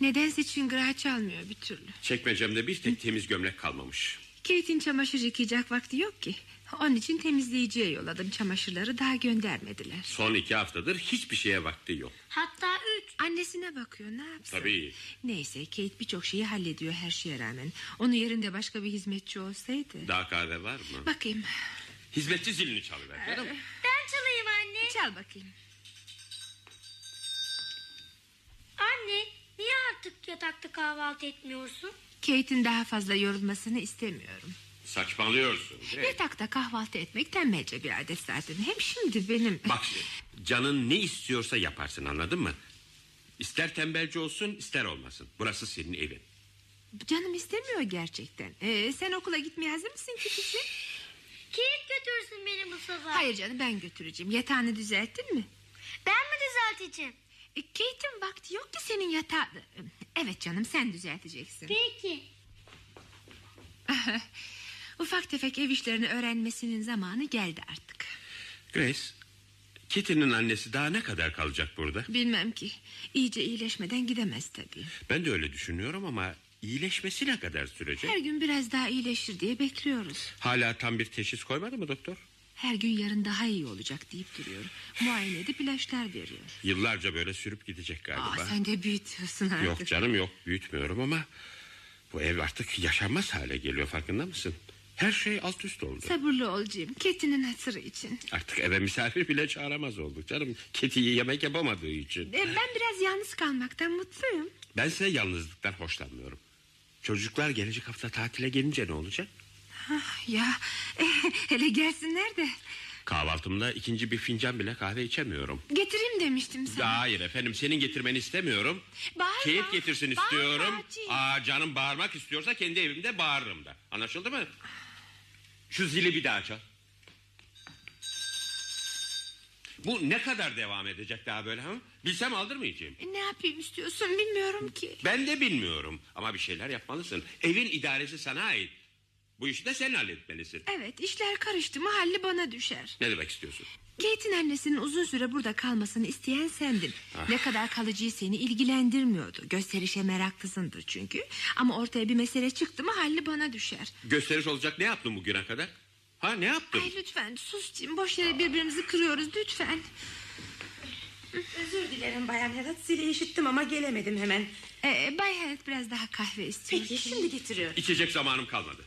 Speaker 5: Nedense çıngırağı çalmıyor bir türlü.
Speaker 1: Çekmecemde bir tek temiz gömlek kalmamış.
Speaker 5: Kate'in çamaşır yıkayacak vakti yok ki. Onun için temizleyiciye yolladım çamaşırları daha göndermediler.
Speaker 1: Son iki haftadır hiçbir şeye vakti yok.
Speaker 6: Hatta üç.
Speaker 5: Annesine bakıyor ne yapsın?
Speaker 1: Tabii.
Speaker 5: Neyse Kate birçok şeyi hallediyor her şeye rağmen. Onun yerinde başka bir hizmetçi olsaydı.
Speaker 1: Daha kahve var mı?
Speaker 5: Bakayım
Speaker 1: Hizmetçi zilini çalıver canım.
Speaker 6: Ben çalayım anne.
Speaker 5: çal bakayım.
Speaker 6: Anne niye artık yatakta kahvaltı etmiyorsun?
Speaker 5: Kate'in daha fazla yorulmasını istemiyorum.
Speaker 1: Saçmalıyorsun. Greg.
Speaker 5: Yatakta kahvaltı etmek tembelce bir adet zaten. Hem şimdi benim...
Speaker 1: Bak canın ne istiyorsa yaparsın anladın mı? İster tembelci olsun ister olmasın. Burası senin evin.
Speaker 5: Canım istemiyor gerçekten. Ee, sen okula gitmeye hazır mısın küçücük?
Speaker 6: Kilit götürsün beni bu sabah.
Speaker 5: Hayır canım ben götüreceğim. Yatağını düzelttin mi?
Speaker 6: Ben mi düzelteceğim?
Speaker 5: E, Kate'in vakti yok ki senin yatağı... Evet canım sen düzelteceksin.
Speaker 6: Peki.
Speaker 5: Ufak tefek ev işlerini öğrenmesinin zamanı geldi artık.
Speaker 1: Grace, Kitty'nin annesi daha ne kadar kalacak burada?
Speaker 5: Bilmem ki. İyice iyileşmeden gidemez tabii.
Speaker 1: Ben de öyle düşünüyorum ama iyileşmesi ne kadar sürecek?
Speaker 5: Her gün biraz daha iyileşir diye bekliyoruz.
Speaker 1: Hala tam bir teşhis koymadı mı doktor?
Speaker 5: Her gün yarın daha iyi olacak deyip duruyor. Muayene edip ilaçlar veriyor.
Speaker 1: Yıllarca böyle sürüp gidecek
Speaker 5: Aa,
Speaker 1: galiba.
Speaker 5: sen de büyütüyorsun artık.
Speaker 1: Yok canım yok büyütmüyorum ama bu ev artık yaşanmaz hale geliyor farkında mısın? Her şey alt üst oldu.
Speaker 5: Sabırlı olacağım. Ketinin hatırı için.
Speaker 1: Artık eve misafir bile çağıramaz olduk canım. Kediyi yemek yapamadığı için.
Speaker 5: E, ben biraz yalnız kalmaktan mutluyum.
Speaker 1: Ben size yalnızlıktan hoşlanmıyorum. Çocuklar gelecek hafta tatile gelince ne olacak?
Speaker 5: Ah, ya [LAUGHS] hele gelsinler de
Speaker 1: Kahvaltımda ikinci bir fincan bile kahve içemiyorum.
Speaker 5: getireyim demiştim sana.
Speaker 1: Hayır efendim senin getirmeni istemiyorum.
Speaker 5: Bağırma.
Speaker 1: Keyif getirsin
Speaker 5: Bağırma
Speaker 1: istiyorum.
Speaker 5: Hacı.
Speaker 1: Aa, canım bağırmak istiyorsa kendi evimde bağırırım da. Anlaşıldı mı? Şu zili bir daha çal. Bu ne kadar devam edecek daha böyle ha? Bilsem aldırmayacağım.
Speaker 5: E, Ne yapayım istiyorsun bilmiyorum ki.
Speaker 1: Ben de bilmiyorum ama bir şeyler yapmalısın. Evin idaresi sana ait. Bu işi de sen halletmelisin.
Speaker 5: Evet işler karıştı mı halli bana düşer.
Speaker 1: Ne demek istiyorsun?
Speaker 5: Kate'in annesinin uzun süre burada kalmasını isteyen sendin.
Speaker 1: Ah.
Speaker 5: Ne kadar kalacağı seni ilgilendirmiyordu. Gösterişe meraklısındır çünkü. Ama ortaya bir mesele çıktı mı halli bana düşer.
Speaker 1: Gösteriş olacak ne yaptın bugüne kadar? Ha ne yaptın?
Speaker 5: Ay lütfen sus Cim. Boş yere birbirimizi kırıyoruz lütfen.
Speaker 3: Özür dilerim Bayan Herat. Zili işittim ama gelemedim hemen.
Speaker 5: Ee, Bay Hayat biraz daha kahve istiyor.
Speaker 3: Peki şimdi getiriyorum.
Speaker 1: İçecek zamanım kalmadı.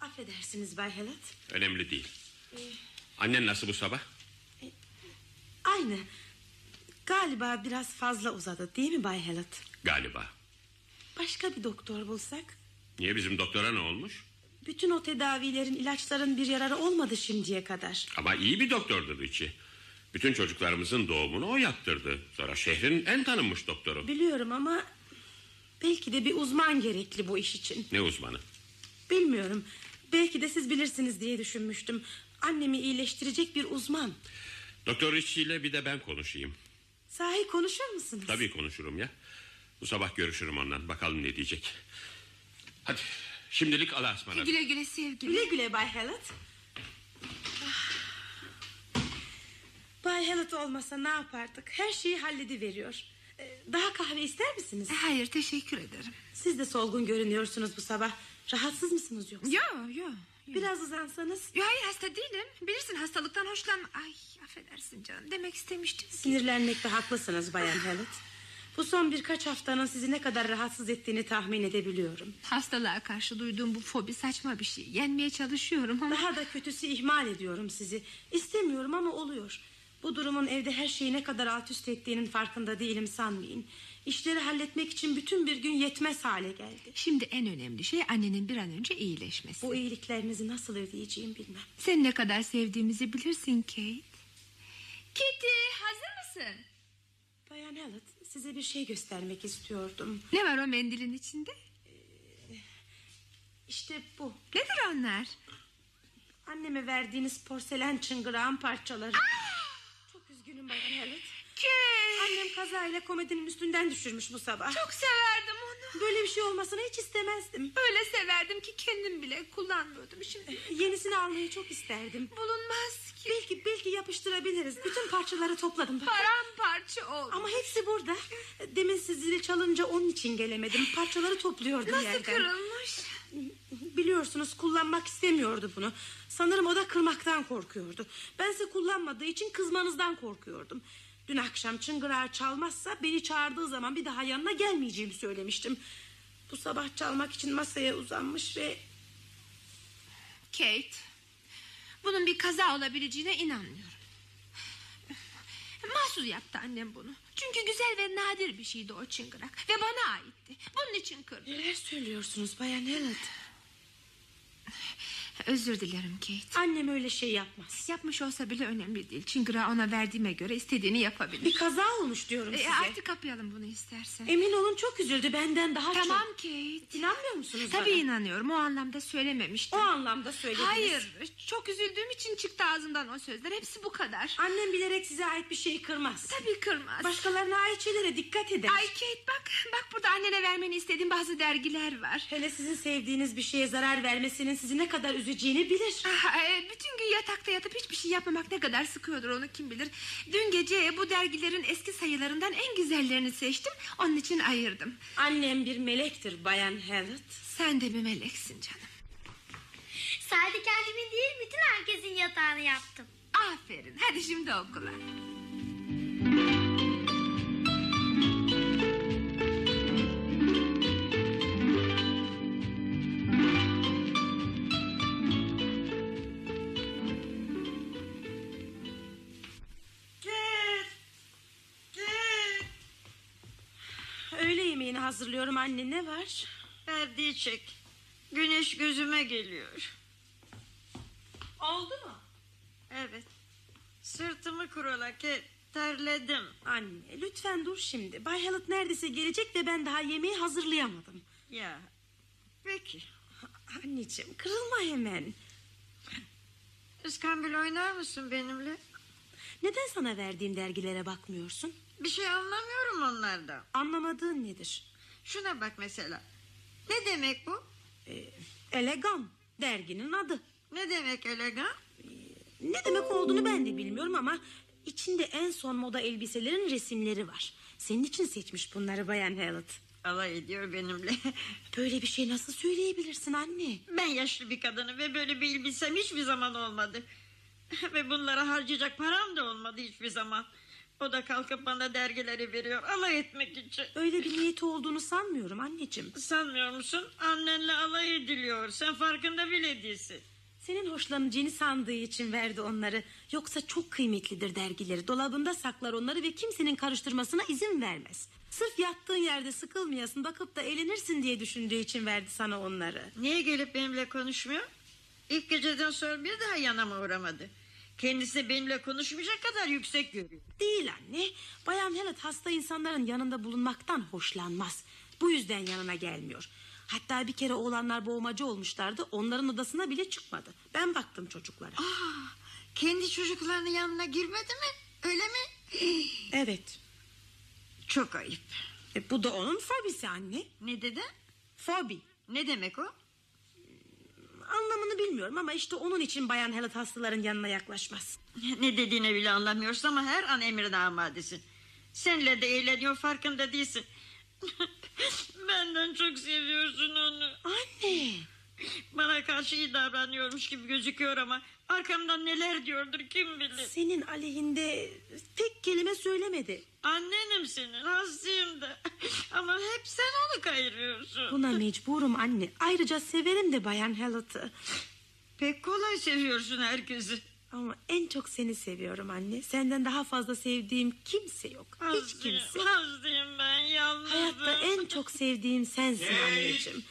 Speaker 3: Affedersiniz Bay Helat.
Speaker 1: Önemli değil. Annen nasıl bu sabah?
Speaker 3: Aynı. Galiba biraz fazla uzadı değil mi Bay Helat?
Speaker 1: Galiba.
Speaker 3: Başka bir doktor bulsak?
Speaker 1: Niye bizim doktora ne olmuş?
Speaker 3: Bütün o tedavilerin, ilaçların bir yararı olmadı şimdiye kadar.
Speaker 1: Ama iyi bir doktordur içi. Bütün çocuklarımızın doğumunu o yaptırdı. Sonra şehrin en tanınmış doktoru.
Speaker 3: Biliyorum ama belki de bir uzman gerekli bu iş için.
Speaker 1: Ne uzmanı?
Speaker 3: Bilmiyorum. Belki de siz bilirsiniz diye düşünmüştüm. Annemi iyileştirecek bir uzman.
Speaker 1: Doktor işçiyle bir de ben konuşayım.
Speaker 3: Sahi konuşur musunuz?
Speaker 1: Tabii konuşurum ya. Bu sabah görüşürüm ondan. Bakalım ne diyecek. Hadi şimdilik Allah'a ısmarladık.
Speaker 5: Güle güle sevgili.
Speaker 3: Güle güle Bay Hallett. Ah. Bay Hallett olmasa ne yapardık? Her şeyi hallediveriyor. Ee, Daha kahve ister misiniz?
Speaker 5: Hayır teşekkür ederim.
Speaker 3: Siz de solgun görünüyorsunuz bu sabah. Rahatsız mısınız yoksa?
Speaker 5: Yo yo.
Speaker 3: Biraz uzansanız
Speaker 5: Yo hayır hasta değilim. Bilirsin hastalıktan hoşlanma. Ay affedersin canım demek istemiştim.
Speaker 3: sinirlenmekte haklısınız Bayan Hallett. Bu son birkaç haftanın sizi ne kadar rahatsız ettiğini tahmin edebiliyorum.
Speaker 5: Hastalığa karşı duyduğum bu fobi saçma bir şey. Yenmeye çalışıyorum ama...
Speaker 3: Daha da kötüsü ihmal ediyorum sizi. İstemiyorum ama oluyor. Bu durumun evde her şeyi ne kadar alt üst ettiğinin farkında değilim sanmayın. İşleri halletmek için bütün bir gün yetmez hale geldi.
Speaker 5: Şimdi en önemli şey annenin bir an önce iyileşmesi.
Speaker 3: Bu iyiliklerinizi nasıl ödeyeceğim bilmem.
Speaker 5: Sen ne kadar sevdiğimizi bilirsin Kate.
Speaker 6: Kitty hazır mısın?
Speaker 3: Bayan Hallett size bir şey göstermek istiyordum.
Speaker 5: Ne var o mendilin içinde?
Speaker 3: İşte bu.
Speaker 5: Nedir onlar?
Speaker 3: Anneme verdiğiniz porselen çıngırağın parçaları. Çok üzgünüm Bayan Hallett.
Speaker 5: Kate.
Speaker 3: Annem kazayla komedinin üstünden düşürmüş bu sabah.
Speaker 5: Çok severdim onu.
Speaker 3: Böyle bir şey olmasını hiç istemezdim.
Speaker 5: Öyle severdim ki kendim bile kullanmıyordum şimdi.
Speaker 3: Yenisini almayı çok isterdim.
Speaker 5: Bulunmaz ki.
Speaker 3: Belki belki yapıştırabiliriz. Bütün parçaları topladım. Bak.
Speaker 5: Paramparça oldu.
Speaker 3: Ama hepsi burada. Demin siz zili çalınca onun için gelemedim. Parçaları topluyordum
Speaker 5: Nasıl
Speaker 3: yerden.
Speaker 5: kırılmış?
Speaker 3: Biliyorsunuz kullanmak istemiyordu bunu. Sanırım o da kırmaktan korkuyordu. Bense kullanmadığı için kızmanızdan korkuyordum. Dün akşam çıngırağı çalmazsa beni çağırdığı zaman bir daha yanına gelmeyeceğimi söylemiştim. Bu sabah çalmak için masaya uzanmış ve
Speaker 5: Kate. Bunun bir kaza olabileceğine inanmıyorum. Mahsus yaptı annem bunu. Çünkü güzel ve nadir bir şeydi o çıngırak. Ve bana aitti. Bunun için kırdı.
Speaker 3: neler söylüyorsunuz Bayan Hallett?
Speaker 5: Özür dilerim Kate.
Speaker 3: Annem öyle şey yapmaz.
Speaker 5: Yapmış olsa bile önemli değil. Çıngırağı ona verdiğime göre istediğini
Speaker 3: Bir
Speaker 5: yapabilir.
Speaker 3: kaza olmuş diyorum size.
Speaker 5: E, artık kapayalım bunu istersen.
Speaker 3: Emin olun çok üzüldü benden daha çok.
Speaker 5: tamam Kate.
Speaker 3: İnanmıyor musunuz
Speaker 5: Tabii
Speaker 3: bana?
Speaker 5: inanıyorum. O anlamda söylememiştim.
Speaker 3: O anlamda söylediniz.
Speaker 5: Hayır. Çok üzüldüğüm için çıktı ağzımdan o sözler. Hepsi bu kadar.
Speaker 3: Annem bilerek size ait bir şeyi kırmaz.
Speaker 5: Tabii kırmaz.
Speaker 3: Başkalarına ait şeylere dikkat eder.
Speaker 5: Ay Kate bak. Bak burada annene vermeni istediğim bazı dergiler var.
Speaker 3: Hele sizin sevdiğiniz bir şeye zarar vermesinin sizi ne kadar üzeceğini bilir.
Speaker 5: Ah, e, bütün gün yatakta yatıp hiçbir şey yapmamak ne kadar sıkıyordur onu kim bilir. Dün gece bu dergilerin eski sayılarından en güzellerini seçtim. Onun için ayırdım.
Speaker 3: Annem bir melektir Bayan Hallett.
Speaker 5: Sen de bir meleksin canım.
Speaker 6: Sadece kendimin değil bütün herkesin yatağını yaptım.
Speaker 5: Aferin. Hadi şimdi okula.
Speaker 3: Öğle yemeğini hazırlıyorum anne ne var?
Speaker 4: Perdeyi çek. Güneş gözüme geliyor.
Speaker 3: Oldu mu?
Speaker 4: Evet. Sırtımı kurula ki terledim.
Speaker 3: Anne lütfen dur şimdi. Bay Hallett neredeyse gelecek ve ben daha yemeği hazırlayamadım.
Speaker 4: Ya. Peki.
Speaker 3: Anneciğim kırılma hemen.
Speaker 4: İskambil oynar mısın benimle?
Speaker 3: Neden sana verdiğim dergilere bakmıyorsun?
Speaker 4: Bir şey anlamıyorum onlardan.
Speaker 3: Anlamadığın nedir?
Speaker 4: Şuna bak mesela. Ne demek bu?
Speaker 3: Ee, elegan derginin adı.
Speaker 4: Ne demek elegan?
Speaker 3: Ne demek olduğunu ben de bilmiyorum ama içinde en son moda elbiselerin resimleri var. Senin için seçmiş bunları Bayan Hallett.
Speaker 4: Alay ediyor benimle. [LAUGHS]
Speaker 3: Böyle bir şey nasıl söyleyebilirsin anne?
Speaker 4: Ben yaşlı bir kadınım ve böyle bir elbisem hiçbir zaman olmadı. [LAUGHS] Ve bunlara harcayacak param da olmadı hiçbir zaman. O da kalkıp bana dergileri veriyor alay etmek için.
Speaker 3: Öyle bir niyeti olduğunu sanmıyorum anneciğim.
Speaker 4: Sanmıyor musun? Annenle alay ediliyor. Sen farkında bile değilsin.
Speaker 3: Senin hoşlanacağını sandığı için verdi onları. Yoksa çok kıymetlidir dergileri. Dolabında saklar onları ve kimsenin karıştırmasına izin vermez. Sırf yattığın yerde sıkılmayasın bakıp da eğlenirsin diye düşündüğü için verdi sana onları.
Speaker 4: Niye gelip benimle konuşmuyor? İlk geceden sonra bir daha yanıma uğramadı. Kendisi benimle konuşmayacak kadar yüksek görüyor.
Speaker 3: Değil anne. Bayan Hallett hasta insanların yanında bulunmaktan hoşlanmaz. Bu yüzden yanına gelmiyor. Hatta bir kere oğlanlar boğmacı olmuşlardı. Onların odasına bile çıkmadı. Ben baktım çocuklara.
Speaker 4: Kendi çocuklarının yanına girmedi mi? Öyle mi?
Speaker 3: [GASPS] Evet.
Speaker 4: Çok ayıp.
Speaker 3: E, bu da onun fobisi anne.
Speaker 4: Ne dedi?
Speaker 3: Fobi.
Speaker 4: Ne demek o?
Speaker 3: Anlamını bilmiyorum ama işte onun için Bayan Hallett hastaların yanına yaklaşmaz.
Speaker 4: Ne dediğini bile anlamıyorsun ama her an emrine amadesin. Seninle de eğleniyor farkında değilsin. [LAUGHS] Benden çok seviyorsun onu.
Speaker 3: Anne.
Speaker 4: Bana karşı iyi davranıyormuş gibi gözüküyor ama... ...arkamdan neler diyordur kim bilir.
Speaker 3: Senin aleyhinde tek kelime söylemedi.
Speaker 4: Annenim senin hastayım da. [LAUGHS] Ama hep sen onu kayırıyorsun.
Speaker 3: Buna mecburum anne. Ayrıca severim de Bayan Hallett'ı.
Speaker 4: Pek kolay seviyorsun herkesi.
Speaker 3: Ama en çok seni seviyorum anne. Senden daha fazla sevdiğim kimse yok. Hiç kimse.
Speaker 4: Hastayım ben yalnızım.
Speaker 3: Hayatta en çok sevdiğim sensin anneciğim.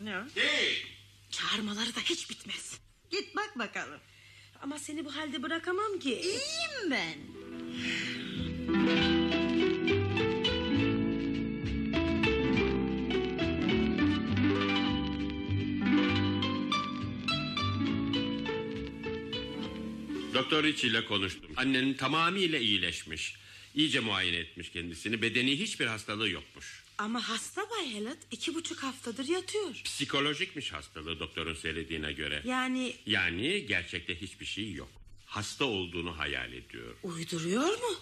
Speaker 4: Ne o?
Speaker 7: Değil.
Speaker 3: Çağırmaları da hiç bitmez.
Speaker 4: Git bak bakalım.
Speaker 3: Ama seni bu halde bırakamam ki.
Speaker 4: İyiyim ben.
Speaker 1: Doktor Rich ile konuştum. Annenin tamamıyla iyileşmiş. İyice muayene etmiş kendisini. Bedeni hiçbir hastalığı yokmuş.
Speaker 3: Ama hasta Bay Hallett iki buçuk haftadır yatıyor.
Speaker 1: Psikolojikmiş hastalığı doktorun söylediğine göre.
Speaker 3: Yani
Speaker 1: Yani gerçekte hiçbir şey yok. Hasta olduğunu hayal ediyor.
Speaker 3: uyduruyor mu?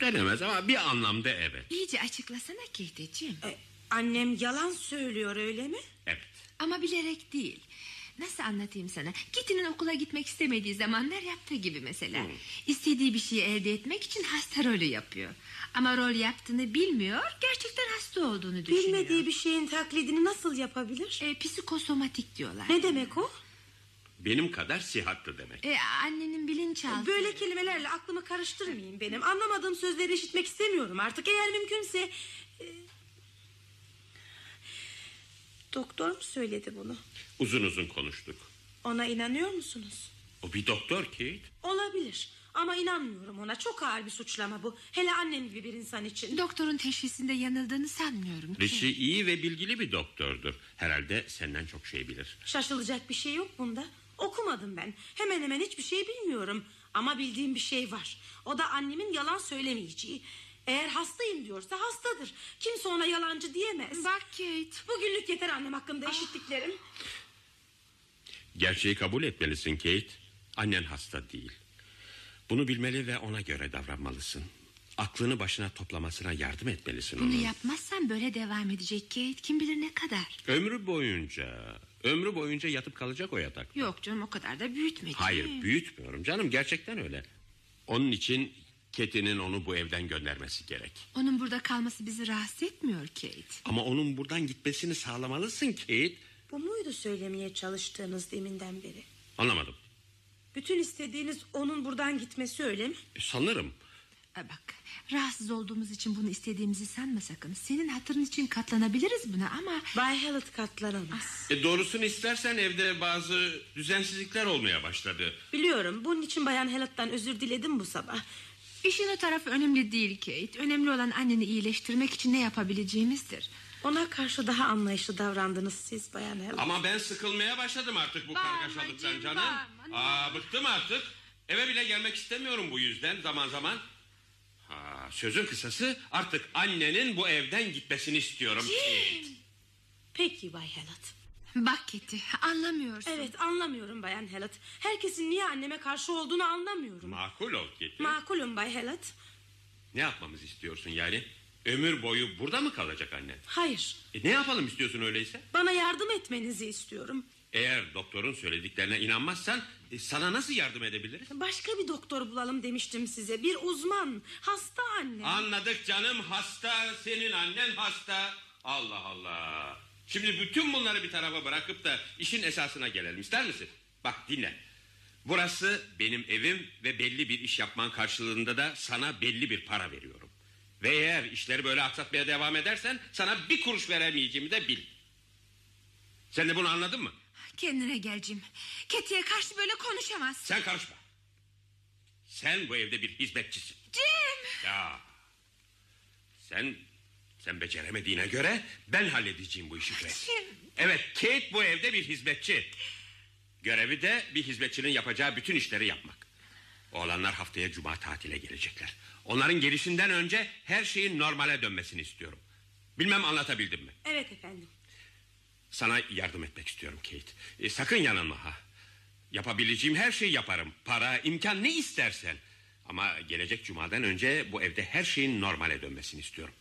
Speaker 1: Denemez ama bir anlamda evet.
Speaker 5: İyice açıklasana Kate'ciğim.
Speaker 3: E, annem yalan söylüyor öyle mi?
Speaker 1: Evet.
Speaker 5: Ama bilerek değil. Nasıl anlatayım sana? Kitty'nin okula gitmek istemediği zamanlar yaptığı gibi mesela. İstediği bir şeyi elde etmek için hasta rolü yapıyor. Ama rol yaptığını bilmiyor, gerçekten hasta olduğunu düşünüyor.
Speaker 3: Bilmediği bir şeyin taklidini nasıl yapabilir?
Speaker 5: E, psikosomatik diyorlar.
Speaker 3: Ne demek o?
Speaker 1: Benim kadar sihatlı demek.
Speaker 5: E, annenin bilinçaltı.
Speaker 3: Böyle kelimelerle aklımı karıştırmayın benim. Anlamadığım sözleri işitmek istemiyorum artık eğer mümkünse. e, Doktor mu söyledi bunu?
Speaker 1: Uzun uzun konuştuk.
Speaker 3: Ona inanıyor musunuz?
Speaker 1: O bir doktor Kate.
Speaker 3: Olabilir ama inanmıyorum ona. Çok ağır bir suçlama bu. Hele annem gibi bir insan için.
Speaker 5: Doktorun teşhisinde yanıldığını sanmıyorum.
Speaker 1: Rişi iyi ve bilgili bir doktordur. Herhalde senden çok şey bilir.
Speaker 3: Şaşılacak bir şey yok bunda. Okumadım ben. Hemen hemen hiçbir şey bilmiyorum. Ama bildiğim bir şey var. O da annemin yalan söylemeyeceği. Eğer hastayım diyorsa hastadır. Kimse ona yalancı diyemez.
Speaker 5: Bak Kate.
Speaker 3: Bugünlük yeter annem hakkında eşittiklerim.
Speaker 1: Gerçeği kabul etmelisin Kate. Annen hasta değil. Bunu bilmeli ve ona göre davranmalısın. Aklını başına toplamasına yardım etmelisin
Speaker 5: Bunu
Speaker 1: onun.
Speaker 5: yapmazsan böyle devam edecek Kate. Kim bilir ne kadar.
Speaker 1: Ömrü boyunca, ömrü boyunca yatıp kalacak o yatak.
Speaker 5: Yok canım o kadar da büyütme.
Speaker 1: Hayır büyütmüyorum canım gerçekten öyle. Onun için Kate'nin onu bu evden göndermesi gerek.
Speaker 5: Onun burada kalması bizi rahatsız etmiyor Kate.
Speaker 1: Ama onun buradan gitmesini sağlamalısın Kate.
Speaker 3: Bu muydu söylemeye çalıştığınız deminden beri?
Speaker 1: Anlamadım.
Speaker 3: Bütün istediğiniz onun buradan gitmesi öyle mi?
Speaker 1: E, Sanırım.
Speaker 5: E Bak rahatsız olduğumuz için bunu istediğimizi sanma sakın. Senin hatırın için katlanabiliriz buna ama...
Speaker 3: Bay Hallett katlanamaz.
Speaker 1: E, doğrusunu istersen evde bazı düzensizlikler olmaya başladı.
Speaker 3: Biliyorum bunun için Bayan Hallett'tan özür diledim bu sabah.
Speaker 5: ...işin o tarafı önemli değil Kate. Önemli olan anneni iyileştirmek için ne yapabileceğimizdir.
Speaker 3: Ona karşı daha anlayışlı davrandınız siz Bayan Hallett.
Speaker 1: Ama ben sıkılmaya başladım artık bu kargaşalıktan
Speaker 5: anacığım,
Speaker 1: canım.
Speaker 5: bağırma, ne
Speaker 1: Aa, bıktım artık. Eve bile gelmek istemiyorum bu yüzden zaman zaman. Ha, sözün kısası artık annenin bu evden gitmesini istiyorum. Kate.
Speaker 3: Peki Bay Hallett.
Speaker 5: Bak Kate anlamıyorsun.
Speaker 3: Evet anlamıyorum Bayan Hallett. Herkesin niye anneme karşı olduğunu anlamıyorum.
Speaker 1: Makul ol Kate.
Speaker 3: Makulüm Bay Hallett.
Speaker 1: Ne yapmamızı istiyorsun yani? Ömür boyu burada mı kalacak annen?
Speaker 3: Hayır
Speaker 1: E, ne yapalım istiyorsun öyleyse?
Speaker 3: bana yardım etmenizi istiyorum.
Speaker 1: Eğer doktorun söylediklerine inanmazsan e, sana nasıl yardım edebiliriz?
Speaker 3: Başka bir doktor bulalım demiştim size. Bir uzman. Hasta anne.
Speaker 1: Anladık canım hasta senin annen hasta. Allah Allah. Şimdi bütün bunları bir tarafa bırakıp da işin esasına gelelim ister misin? Bak dinle. Burası benim evim ve belli bir iş yapman karşılığında da sana belli bir para veriyorum. Ve eğer işleri böyle aksatmaya devam edersen sana bir kuruş veremeyeceğimi de bil. Sen de bunu anladın mı?
Speaker 5: Kendine gel Jim. Kate'ye karşı böyle konuşamazsın.
Speaker 1: Sen karışma. Sen bu evde bir hizmetçisin.
Speaker 5: Jim!
Speaker 1: Ya. Sen sen beceremediğine göre ben halledeceğim bu işi. Fred.
Speaker 5: Jim!
Speaker 1: Evet, Kate bu evde bir hizmetçi. Görevi de bir hizmetçinin yapacağı bütün işleri yapmak. Oğlanlar haftaya cuma tatile gelecekler. Onların gelişinden önce her şeyin normale dönmesini istiyorum. Bilmem anlatabildim mi?
Speaker 3: Evet efendim.
Speaker 1: Sana yardım etmek istiyorum Kate. E, sakın yanılma ha. Yapabileceğim her şeyi yaparım. Para, imkan ne istersen. Ama gelecek cumadan önce bu evde her şeyin normale dönmesini istiyorum.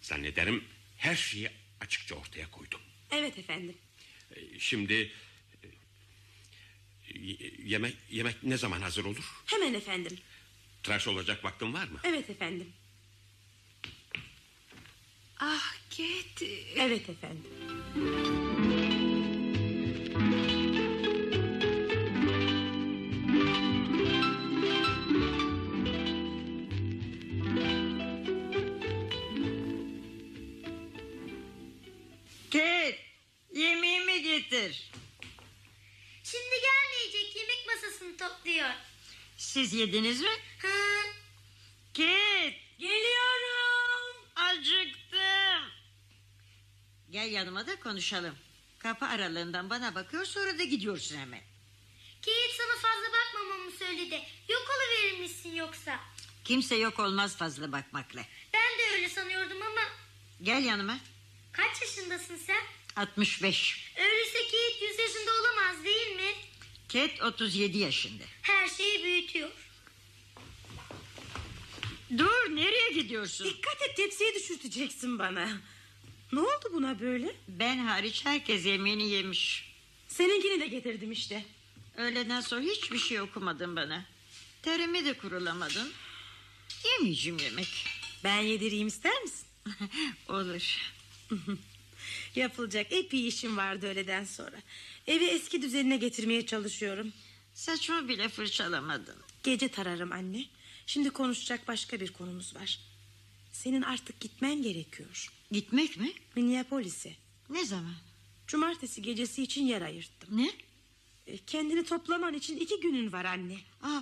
Speaker 1: Zannederim her şeyi açıkça ortaya koydum.
Speaker 3: Evet efendim.
Speaker 1: E, şimdi e, y- yemek yemek ne zaman hazır olur?
Speaker 3: Hemen efendim.
Speaker 1: Tıraş olacak vaktin var mı?
Speaker 3: Evet efendim.
Speaker 5: Ah Kate.
Speaker 3: Evet efendim.
Speaker 4: Kate yemeğimi getir.
Speaker 6: Şimdi gelmeyecek yemek masasını
Speaker 4: Siz yediniz mi?
Speaker 6: Hı.
Speaker 4: Kit
Speaker 3: Geliyorum.
Speaker 4: acıktım. Gel yanıma da konuşalım. Kapı aralığından bana bakıyor sonra da gidiyorsun hemen.
Speaker 6: Kate sana fazla bakmamamı söyledi. Yok oluverirmişsin yoksa.
Speaker 4: Kimse yok olmaz fazla bakmakla.
Speaker 6: Ben de öyle sanıyordum ama
Speaker 4: Gel yanıma.
Speaker 6: kaç yaşındasın sen?
Speaker 4: 65.
Speaker 6: Öyleyse Kate 100 yaşında olamaz değil mi?
Speaker 4: Ket 37 yaşında.
Speaker 6: Her şeyi büyütüyor.
Speaker 4: Dur
Speaker 3: [LAUGHS]
Speaker 4: nereye gidiyorsun?
Speaker 3: Dikkat et tepsiyi düşürteceksin bana. Ne oldu buna böyle?
Speaker 4: Ben hariç herkes yemeğini yemiş.
Speaker 3: Seninkini de getirdim işte.
Speaker 4: Öğleden sonra hiçbir şey okumadın bana. Terimi de kurulamadın. Yemeyeceğim yemek.
Speaker 3: Ben yedireyim ister misin?
Speaker 4: [LAUGHS] Olur.
Speaker 3: Yapılacak epey işim vardı öğleden sonra. Evi eski düzenine getirmeye çalışıyorum.
Speaker 4: Saçımı bile fırçalamadın.
Speaker 3: Gece tararım anne. Şimdi konuşacak başka bir konumuz var. Senin artık gitmen gerekiyor.
Speaker 4: Gitmek mi?
Speaker 3: Minneapolis'e.
Speaker 4: Ne zaman?
Speaker 3: Cumartesi gecesi için yer ayırttım.
Speaker 4: Ne?
Speaker 3: E, Kendini toplaman için iki günün var anne.
Speaker 4: Aa,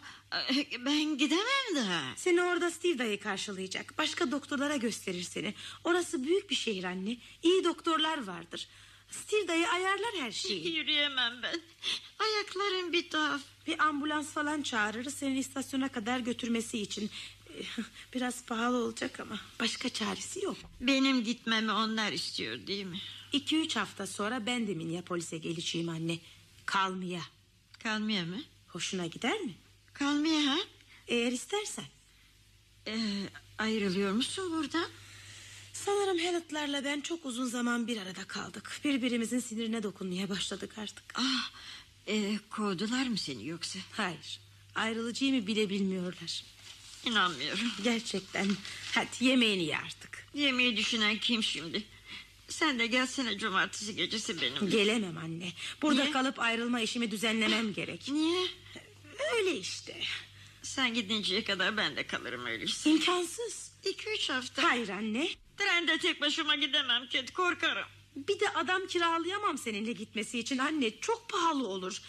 Speaker 4: e, ben gidemem daha.
Speaker 3: Seni orada Steve dayı karşılayacak. Başka doktorlara gösterir seni. Orası büyük bir şehir anne. İyi doktorlar vardır. Steve dayı ayarlar her şeyi.
Speaker 4: [LAUGHS] Yürüyemem ben. Ayaklarım bir tuhaf.
Speaker 3: bir ambulans falan çağırırız seni istasyona kadar götürmesi için. E, [LAUGHS] Biraz pahalı olacak ama başka çaresi yok.
Speaker 4: Benim gitmemi onlar istiyor değil mi?
Speaker 3: İki üç hafta sonra ben de Minneapolis'e geleceğim anne. Kalmaya.
Speaker 4: Kalmaya mı?
Speaker 3: Hoşuna gider mi?
Speaker 4: Kalmaya ha?
Speaker 3: Eğer istersen.
Speaker 4: E, ayrılıyor musun buradan?
Speaker 3: Sanırım Hannah'larla ben çok uzun zaman bir arada kaldık. Birbirimizin sinirine dokunmaya başladık artık.
Speaker 4: Ah, e, kovdular mı seni yoksa?
Speaker 3: Hayır. Ayrılacağımı bile bilmiyorlar.
Speaker 4: İnanmıyorum.
Speaker 3: Gerçekten. Hadi yemeğini ye artık.
Speaker 4: Yemeği düşünen kim şimdi? Sen de gelsene cumartesi gecesi benimle.
Speaker 3: Gelemem anne. Burada
Speaker 4: Niye? Ah,
Speaker 3: kalıp ayrılma işimi düzenlemem gerek.
Speaker 4: Niye?
Speaker 3: Öyle işte.
Speaker 4: Sen gidinceye kadar ben de kalırım öyleyse.
Speaker 3: İmkansız.
Speaker 4: İki üç hafta.
Speaker 3: Hayır anne.
Speaker 4: Trende tek başıma gidemem Ket korkarım.
Speaker 3: Bir de adam kiralayamam seninle gitmesi için anne. Çok pahalı olur.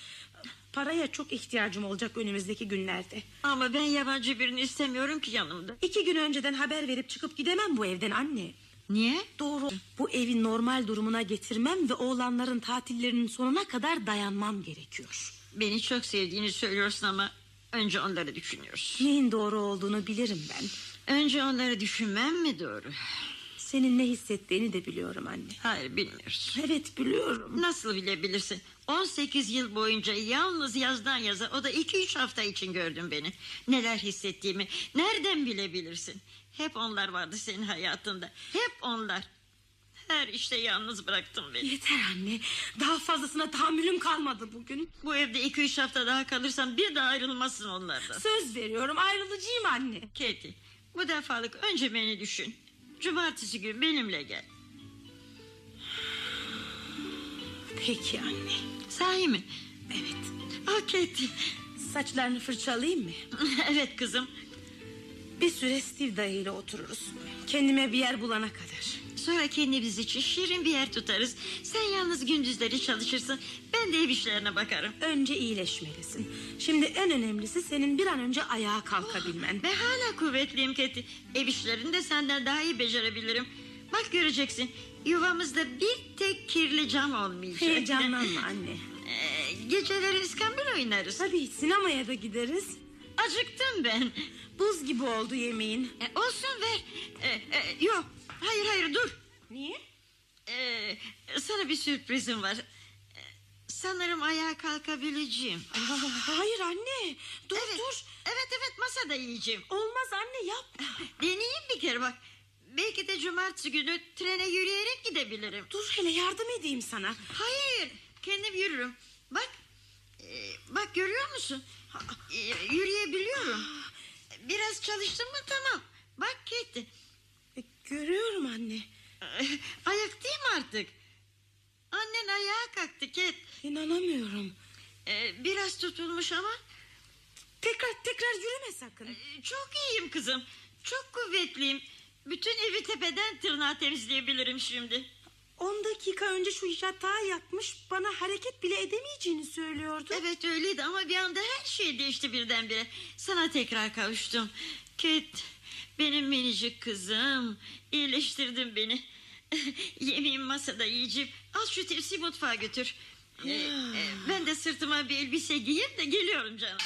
Speaker 3: Paraya çok ihtiyacım olacak önümüzdeki günlerde.
Speaker 4: Ama ben yabancı birini istemiyorum ki yanımda.
Speaker 3: İki gün önceden haber verip çıkıp gidemem bu evden anne.
Speaker 4: Niye?
Speaker 3: Doğru. Bu evi normal durumuna getirmem ve oğlanların tatillerinin sonuna kadar dayanmam gerekiyor.
Speaker 4: Beni çok sevdiğini söylüyorsun ama önce onları düşünüyorsun.
Speaker 3: Neyin doğru olduğunu bilirim ben.
Speaker 4: Önce onları düşünmem mi doğru?
Speaker 3: Senin ne hissettiğini de biliyorum anne.
Speaker 4: Hayır bilmiyorsun.
Speaker 3: Evet biliyorum.
Speaker 4: Nasıl bilebilirsin? 18 yıl boyunca yalnız yazdan yaza o da 2-3 hafta için gördün beni. Neler hissettiğimi nereden bilebilirsin? Hep onlar vardı senin hayatında. Hep onlar. Her işte yalnız bıraktın beni.
Speaker 3: Yeter anne. Daha fazlasına tahammülüm kalmadı bugün.
Speaker 4: Bu evde 2-3 hafta daha kalırsan bir daha ayrılmazsın onlardan.
Speaker 3: Söz veriyorum ayrılacağım anne.
Speaker 4: Katie bu defalık önce beni düşün. Cumartesi günü benimle gel.
Speaker 3: Peki anne.
Speaker 4: Sahi mi?
Speaker 3: Evet.
Speaker 4: Ah Katie. [LAUGHS]
Speaker 3: Saçlarını fırçalayayım mı?
Speaker 4: evet kızım.
Speaker 3: Bir süre Steve dayıyla otururuz. Kendime bir yer bulana kadar.
Speaker 4: Sonra kendimiz için şirin bir yer tutarız. Sen yalnız gündüzleri çalışırsın. Ben de ev işlerine bakarım.
Speaker 3: Önce iyileşmelisin. Şimdi en önemlisi senin bir an önce ayağa kalkabilmen.
Speaker 4: Ben hala kuvvetliyim Keti. Ev işlerini de senden daha iyi becerebilirim. Bak göreceksin. Yuvamızda bir tek kirli cam olmayacak.
Speaker 3: Heyecanlanma anne.
Speaker 4: [LAUGHS] Ee, geceleri iskambil oynarız.
Speaker 3: Tabii sinemaya da gideriz.
Speaker 4: Acıktım ben.
Speaker 3: Buz gibi oldu yemeğin.
Speaker 4: E, olsun ver. E, e, yok. Hayır hayır dur.
Speaker 3: Niye?
Speaker 4: Ee, sana bir sürprizim var. Ee, sanırım ayağa kalkabileceğim.
Speaker 3: Ah, hayır anne. Dur
Speaker 4: evet,
Speaker 3: dur.
Speaker 4: Evet evet masada yiyeceğim.
Speaker 3: Olmaz anne yap.
Speaker 4: Deneyeyim bir kere bak. Belki de cumartesi günü trene yürüyerek gidebilirim.
Speaker 3: Dur hele yardım edeyim sana.
Speaker 4: Hayır kendim yürürüm. Bak ee, bak görüyor musun? Ee, yürüyebiliyorum. Ah, Biraz çalıştım mı tamam. Bak gitti.
Speaker 3: E, Görüyorum anne.
Speaker 4: Ah, Ayaktayım artık. Annen ayağa kalktı Ket.
Speaker 3: İnanamıyorum.
Speaker 4: Ee, biraz tutulmuş ama
Speaker 3: Tekrar tekrar yürüme sakın.
Speaker 4: Çok iyiyim kızım. Çok kuvvetliyim. Bütün evi tepeden tırnağa temizleyebilirim şimdi.
Speaker 3: 10 dakika önce şu yatağa yatmış bana hareket bile edemeyeceğini söylüyordu.
Speaker 4: Evet öyleydi ama bir anda her şey değişti birdenbire. Sana tekrar kavuştum. Kate benim minicik kızım. İyileştirdin beni. [LAUGHS] Yemeğim masada yiyeceğim. Al şu tepsiyi mutfağa götür. Ee, e, [SIGHS] ben de sırtıma bir elbise giyeyim de geliyorum [SIGHS] canım.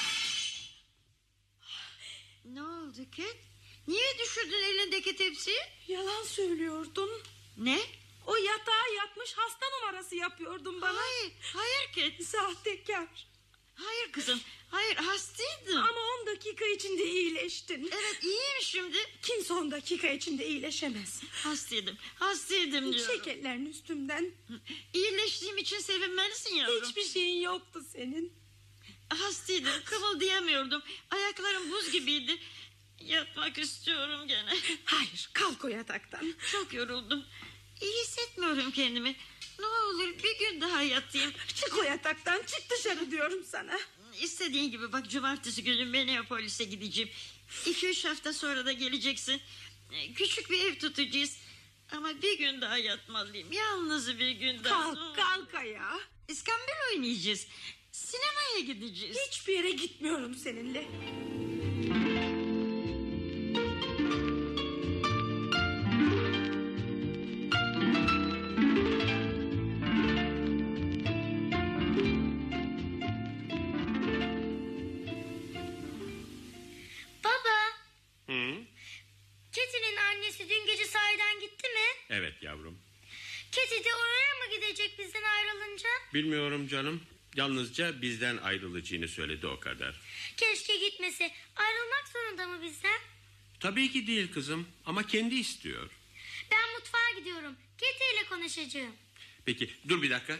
Speaker 4: ne oldu Kate? Niye düşürdün elindeki tepsiyi?
Speaker 3: Yalan söylüyordum.
Speaker 4: Ne?
Speaker 3: O yatağa yatmış hasta numarası yapıyordum bana.
Speaker 4: Hayır, hayır Kate.
Speaker 3: Sahtekar.
Speaker 4: Hayır kızım. Hayır hastaydın.
Speaker 3: Ama 10 dakika içinde iyileştin.
Speaker 4: Evet iyiyim şimdi.
Speaker 3: Kimse 10 dakika içinde iyileşemez.
Speaker 4: Hastaydım. Hastaydım diyorum.
Speaker 3: Çek ellerini üstümden.
Speaker 4: İyileştiğim için sevinmelisin yavrum.
Speaker 3: Hiçbir şey- şeyin yoktu senin. [LAUGHS]
Speaker 4: Hastaydım. Kımıldayamıyordum. Ayaklarım buz gibiydi. Yatmak istiyorum gene.
Speaker 3: Hayır kalk o yataktan.
Speaker 4: Çok yoruldum. İyi hissetmiyorum kendimi. Ne olur bir gün daha yatayım.
Speaker 3: Çık o yataktan çık dışarı diyorum sana.
Speaker 4: İstediğin gibi bak cumartesi günü Minneapolis'e gideceğim. İki üç hafta sonra da geleceksin. Ee, Küçük bir ev tutacağız. Ama bir gün daha yatmalıyım. Yalnız bir gün daha.
Speaker 3: Kalk kalk ayağa.
Speaker 4: İskambil oynayacağız. Sinemaya gideceğiz.
Speaker 3: Hiçbir yere gitmiyorum seninle.
Speaker 6: Baba,
Speaker 1: Hı?
Speaker 6: Keti'nin annesi dün gece sahiden gitti mi?
Speaker 1: Evet yavrum.
Speaker 6: Keti de oraya mı gidecek bizden ayrılınca?
Speaker 1: Bilmiyorum canım. Yalnızca bizden ayrılacağını söyledi o kadar.
Speaker 6: Keşke gitmese. Ayrılmak zorunda mı bizden?
Speaker 1: Tabii ki değil kızım ama kendi istiyor.
Speaker 6: Ben mutfağa gidiyorum. Keti ile konuşacağım.
Speaker 1: Peki dur bir dakika.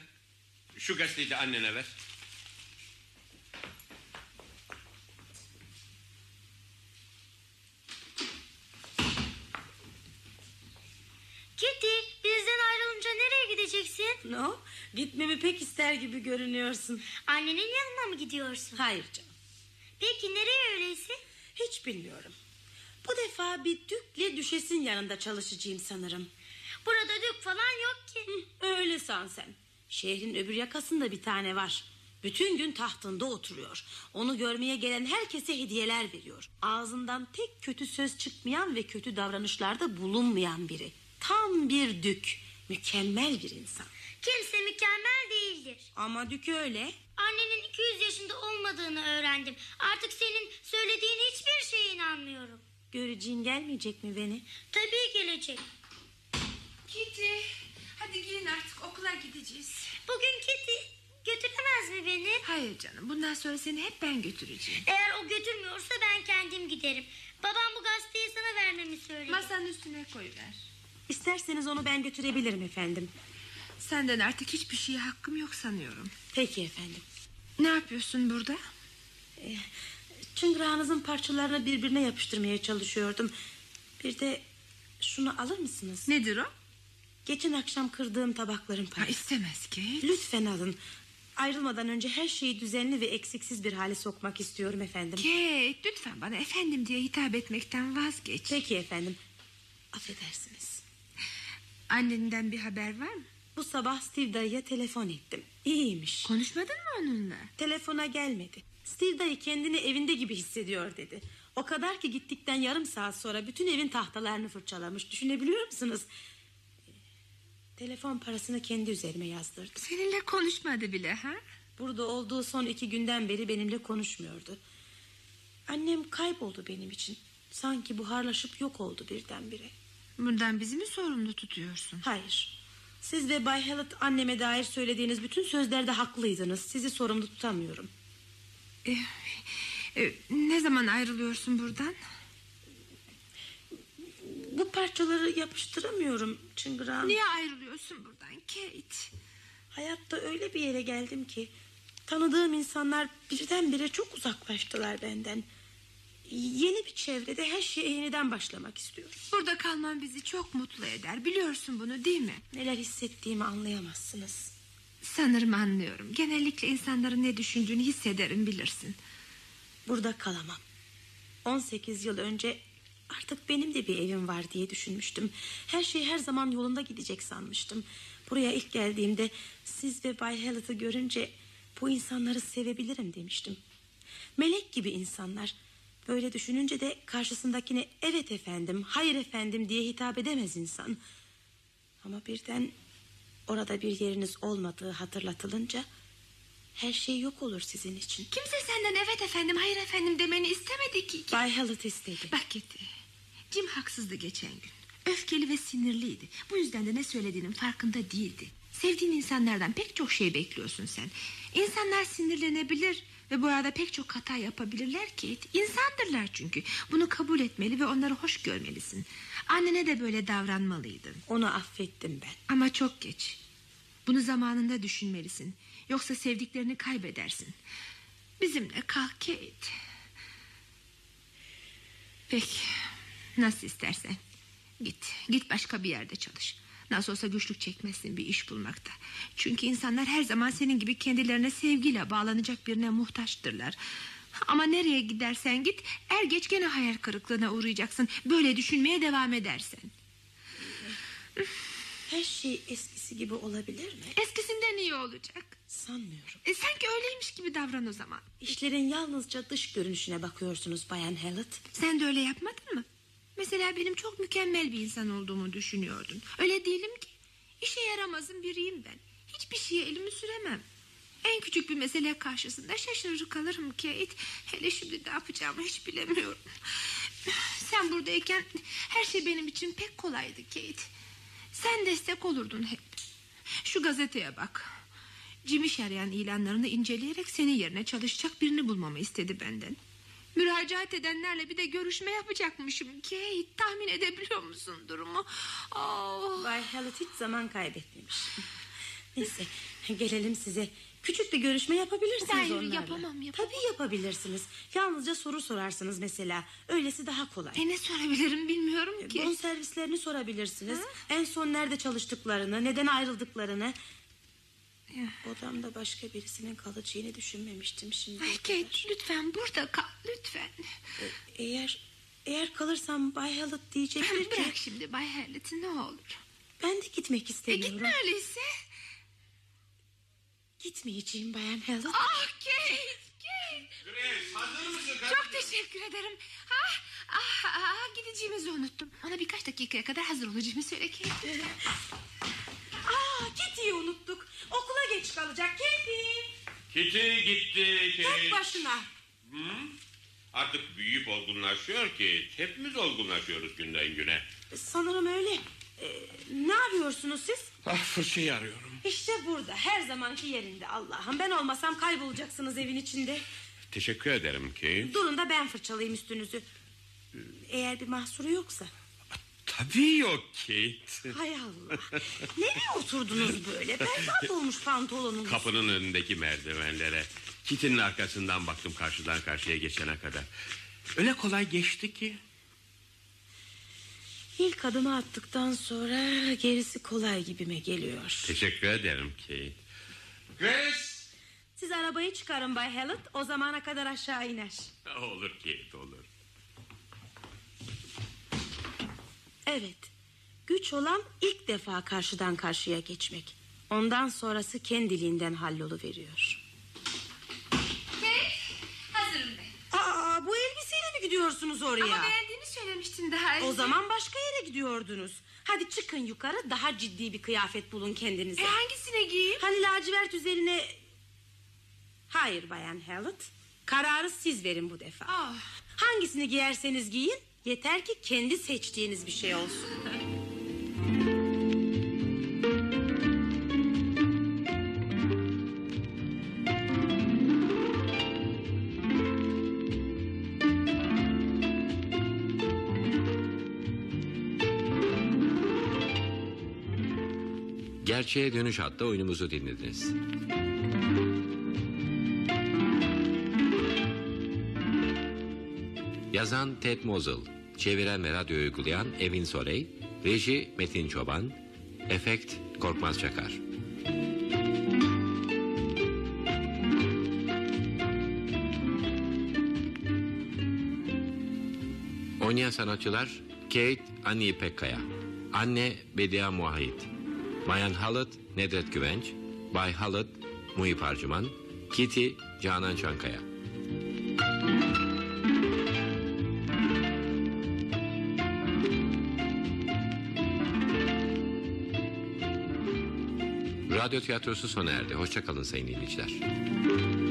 Speaker 1: Şu gazeteyi de annene ver.
Speaker 6: Keti, bizden ayrılınca nereye gideceksin?
Speaker 3: [LAUGHS] No gitmemi pek ister gibi görünüyorsun.
Speaker 6: Annenin yanına mı gidiyorsun?
Speaker 3: Hayır canım
Speaker 6: Peki nereye öyleyse?
Speaker 3: hiç bilmiyorum. Bu defa bir dükle düşesin yanında çalışacağım sanırım.
Speaker 6: Burada dük falan yok ki.
Speaker 3: Hı, Öyle san sen. Şehrin öbür yakasında bir tane var. Bütün gün tahtında oturuyor. Onu görmeye gelen herkese hediyeler veriyor. Ağzından tek kötü söz çıkmayan ve kötü davranışlarda bulunmayan biri. Tam bir dük. Mükemmel bir insan.
Speaker 6: Kimse mükemmel değildir.
Speaker 3: Ama dük öyle.
Speaker 6: Annenin 200 yaşında olmadığını öğrendim. Artık senin söylediğin hiçbir şeye inanmıyorum.
Speaker 3: Göreceğin gelmeyecek mi beni?
Speaker 6: Tabii gelecek.
Speaker 5: Kitty hadi giyin artık okula gideceğiz.
Speaker 6: Bugün Kitty götüremez mi beni?
Speaker 5: Hayır canım bundan sonra seni hep ben götüreceğim.
Speaker 6: Eğer o götürmüyorsa ben kendim giderim. Babam bu gazeteyi sana vermemi söyledi.
Speaker 5: Masanın üstüne koyuver.
Speaker 3: İsterseniz onu ben götürebilirim efendim.
Speaker 5: Senden artık hiçbir şeye hakkım yok sanıyorum.
Speaker 3: Peki efendim.
Speaker 5: Ne yapıyorsun burada?
Speaker 3: Çıngırağınızın parçalarını birbirine yapıştırmaya çalışıyordum. Bir de şunu alır mısınız?
Speaker 5: Nedir o?
Speaker 3: Geçen akşam kırdığım tabakların
Speaker 5: Ha,
Speaker 3: parası.
Speaker 5: istemez ki.
Speaker 3: Lütfen alın. Ayrılmadan önce her şeyi düzenli ve eksiksiz bir hale sokmak istiyorum efendim.
Speaker 5: Kate lütfen bana efendim diye hitap etmekten vazgeç.
Speaker 3: Peki efendim. Affedersiniz.
Speaker 5: Annenden bir haber var mı?
Speaker 3: Bu sabah Steve dayıya telefon ettim. İyiymiş.
Speaker 5: Konuşmadın mı onunla?
Speaker 3: Telefona gelmedi. Steve dayı kendini evinde gibi hissediyor dedi. O kadar ki gittikten yarım saat sonra bütün evin tahtalarını fırçalamış. Düşünebiliyor musunuz? Telefon parasını kendi üzerime yazdırdı.
Speaker 5: Seninle konuşmadı bile ha?
Speaker 3: Burada olduğu son iki günden beri benimle konuşmuyordu. Annem kayboldu benim için. Sanki buharlaşıp yok oldu birdenbire.
Speaker 5: Bundan bizi mi sorumlu tutuyorsun?
Speaker 3: Hayır. Siz ve Bay Hallett anneme dair söylediğiniz bütün sözlerde haklıydınız. Sizi sorumlu tutamıyorum.
Speaker 5: Ee, e, ne zaman ayrılıyorsun buradan?
Speaker 3: Bu parçaları yapıştıramıyorum Çıngıran.
Speaker 5: Niye ayrılıyorsun buradan Kate?
Speaker 3: Hayatta öyle bir yere geldim ki... ...tanıdığım insanlar birdenbire çok uzaklaştılar benden. Yeni bir çevrede her şeye yeniden başlamak istiyorum.
Speaker 5: Burada kalman bizi çok mutlu eder. Biliyorsun bunu değil mi?
Speaker 3: Neler hissettiğimi anlayamazsınız.
Speaker 5: Sanırım anlıyorum. Genellikle insanların ne düşündüğünü hissederim bilirsin.
Speaker 3: Burada kalamam. 18 yıl önce Artık benim de bir evim var diye düşünmüştüm. Her şey her zaman yolunda gidecek sanmıştım. Buraya ilk geldiğimde siz ve Bay Hallett'ı görünce bu insanları sevebilirim demiştim. Melek gibi insanlar. Böyle düşününce de karşısındakine evet efendim, hayır efendim diye hitap edemez insan. Ama birden orada bir yeriniz olmadığı hatırlatılınca her şey yok olur sizin için.
Speaker 5: Kimse senden evet efendim hayır efendim demeni istemedi ki.
Speaker 3: Bay Hallett istedi.
Speaker 5: Bak Kitty, Jim haksızdı geçen gün. Öfkeli ve sinirliydi. Bu yüzden de ne söylediğinin farkında değildi. Sevdiğin insanlardan pek çok şey bekliyorsun sen. İnsanlar sinirlenebilir ve bu arada pek çok hata yapabilirler ki. İnsandırlar çünkü. Bunu kabul etmeli ve onları hoş görmelisin. Annene de böyle davranmalıydın.
Speaker 3: Onu affettim ben.
Speaker 5: Ama çok geç. Bunu zamanında düşünmelisin. Yoksa sevdiklerini kaybedersin. Bizimle kal Kate. Peki. Nasıl istersen. Git. Git başka bir yerde çalış. Nasıl olsa güçlük çekmezsin bir iş bulmakta. Çünkü insanlar her zaman senin gibi kendilerine sevgiyle bağlanacak birine muhtaçtırlar. Ama nereye gidersen git er geç gene hayal kırıklığına uğrayacaksın. Böyle düşünmeye devam edersen.
Speaker 3: Her şey eskisi gibi olabilir mi?
Speaker 5: Eskisinden iyi olacak.
Speaker 3: Sanmıyorum.
Speaker 5: E, sanki öyleymiş gibi davran o zaman.
Speaker 3: İşlerin yalnızca dış görünüşüne bakıyorsunuz Bayan Hallett.
Speaker 5: Sen de öyle yapmadın mı? Mesela benim çok mükemmel bir insan olduğumu düşünüyordun. Öyle değilim ki. İşe yaramazın biriyim ben. Hiçbir şeye elimi süremem. En küçük bir mesele karşısında şaşırır kalırım Kate. Hele şimdi ne yapacağımı hiç bilemiyorum. Sen buradayken her şey benim için pek kolaydı Kate. Sen destek olurdun hep. Şu gazeteye bak. Jim iş arayan ilanlarını inceleyerek senin yerine çalışacak birini bulmamı istedi benden. Müracaat edenlerle bir de görüşme yapacakmışım Kate. Tahmin edebiliyor musun durumu? Oh.
Speaker 3: Bay Hallett hiç zaman kaybetmemiş. [LAUGHS] Neyse gelelim size. Küçük bir görüşme yapabilirsiniz
Speaker 5: Hayır,
Speaker 3: onlarla.
Speaker 5: yapamam, yapamam.
Speaker 3: Tabii yapabilirsiniz. Yalnızca soru sorarsınız mesela. Öylesi daha kolay.
Speaker 5: E ne sorabilirim bilmiyorum
Speaker 3: Bon
Speaker 5: ki.
Speaker 3: servislerini sorabilirsiniz. En son nerede çalıştıklarını, neden ayrıldıklarını. Odamda başka birisinin kalacağını düşünmemiştim şimdi.
Speaker 5: Ay Kate lütfen burada kal lütfen.
Speaker 3: Eğer eğer kalırsam Bay Hallett diyecektir ki
Speaker 5: Bırak şimdi Bay Harlet'i ne olur.
Speaker 3: ben de gitmek
Speaker 5: E
Speaker 3: istemiyorum.
Speaker 5: gitme öyleyse.
Speaker 3: Gitmeyeceğim Bayan Hallett.
Speaker 5: Ah Kate, Kate.
Speaker 7: Grace hazır mısın?
Speaker 5: Çok teşekkür ederim. Ah, ah, ah, gideceğimizi unuttum. Ona birkaç dakikaya kadar hazır olacağımı söyle Kate.
Speaker 3: Aa, Kitty'yi unuttuk. Okula geç kalacak Kitty.
Speaker 7: Kitty gitti
Speaker 1: Ee,
Speaker 3: Tek
Speaker 7: Kate.
Speaker 3: başına.
Speaker 7: Artık büyüyüp olgunlaşıyor ki hepimiz olgunlaşıyoruz günden güne.
Speaker 3: Sanırım öyle. Ee, ne yapıyorsunuz siz?
Speaker 7: Ah fırçayı arıyorum.
Speaker 3: İşte burada her zamanki yerinde Allah'ım. Ben olmasam kaybolacaksınız evin içinde.
Speaker 7: Teşekkür ederim Kate.
Speaker 3: Durun da ben fırçalayayım üstünüzü. Eğer bir mahsuru yoksa.
Speaker 7: Tabii yok Kate.
Speaker 3: Hay Allah. Nereye oturdunuz böyle? Berbat olmuş pantolonunuz.
Speaker 1: Kapının önündeki merdivenlere. Kitinin arkasından baktım karşıdan karşıya geçene kadar. Öyle kolay geçti ki.
Speaker 3: İlk adımı attıktan sonra gerisi kolay gibime geliyor.
Speaker 1: Teşekkür ederim Kate.
Speaker 7: Grace.
Speaker 3: Siz arabayı çıkarın Bay Hallett. O zamana kadar aşağı iner.
Speaker 1: Olur Kate olur.
Speaker 3: Evet. Güç olan ilk defa karşıdan karşıya geçmek. Ondan sonrası kendiliğinden halloluveriyor.
Speaker 5: Kate, hazırım ben.
Speaker 3: Aa bu elbiseyle mi gidiyorsunuz oraya?
Speaker 5: Ama beğendiğini söylemiştin daha önce.
Speaker 3: O zaman başka yere gidiyordunuz. Hadi çıkın yukarı daha ciddi bir kıyafet bulun kendinize.
Speaker 5: E hangisine giyeyim?
Speaker 3: Hani lacivert üzerine... Hayır Bayan Hallett. Kararı siz verin bu defa.
Speaker 5: Ah.
Speaker 3: Hangisini giyerseniz giyin. Yeter ki kendi seçtiğiniz bir şey olsun.
Speaker 2: Gerçeğe Dönüş adlı oyunumuzu dinlediniz. Yazan Ted Mosel, çeviren ve radyo uygulayan Evin Sorey, reji Metin Çoban, efekt Korkmaz Çakar. Oynayan sanatçılar Kate Annie Pekkaya, Anne Bedia Muahit, Bayan Halıt Nedret Güvenç, Bay Halıt Muhip Harcıman, Kitty Canan Çankaya. Radyo tiyatrosu sona erdi. Hoşçakalın sayın dinleyiciler.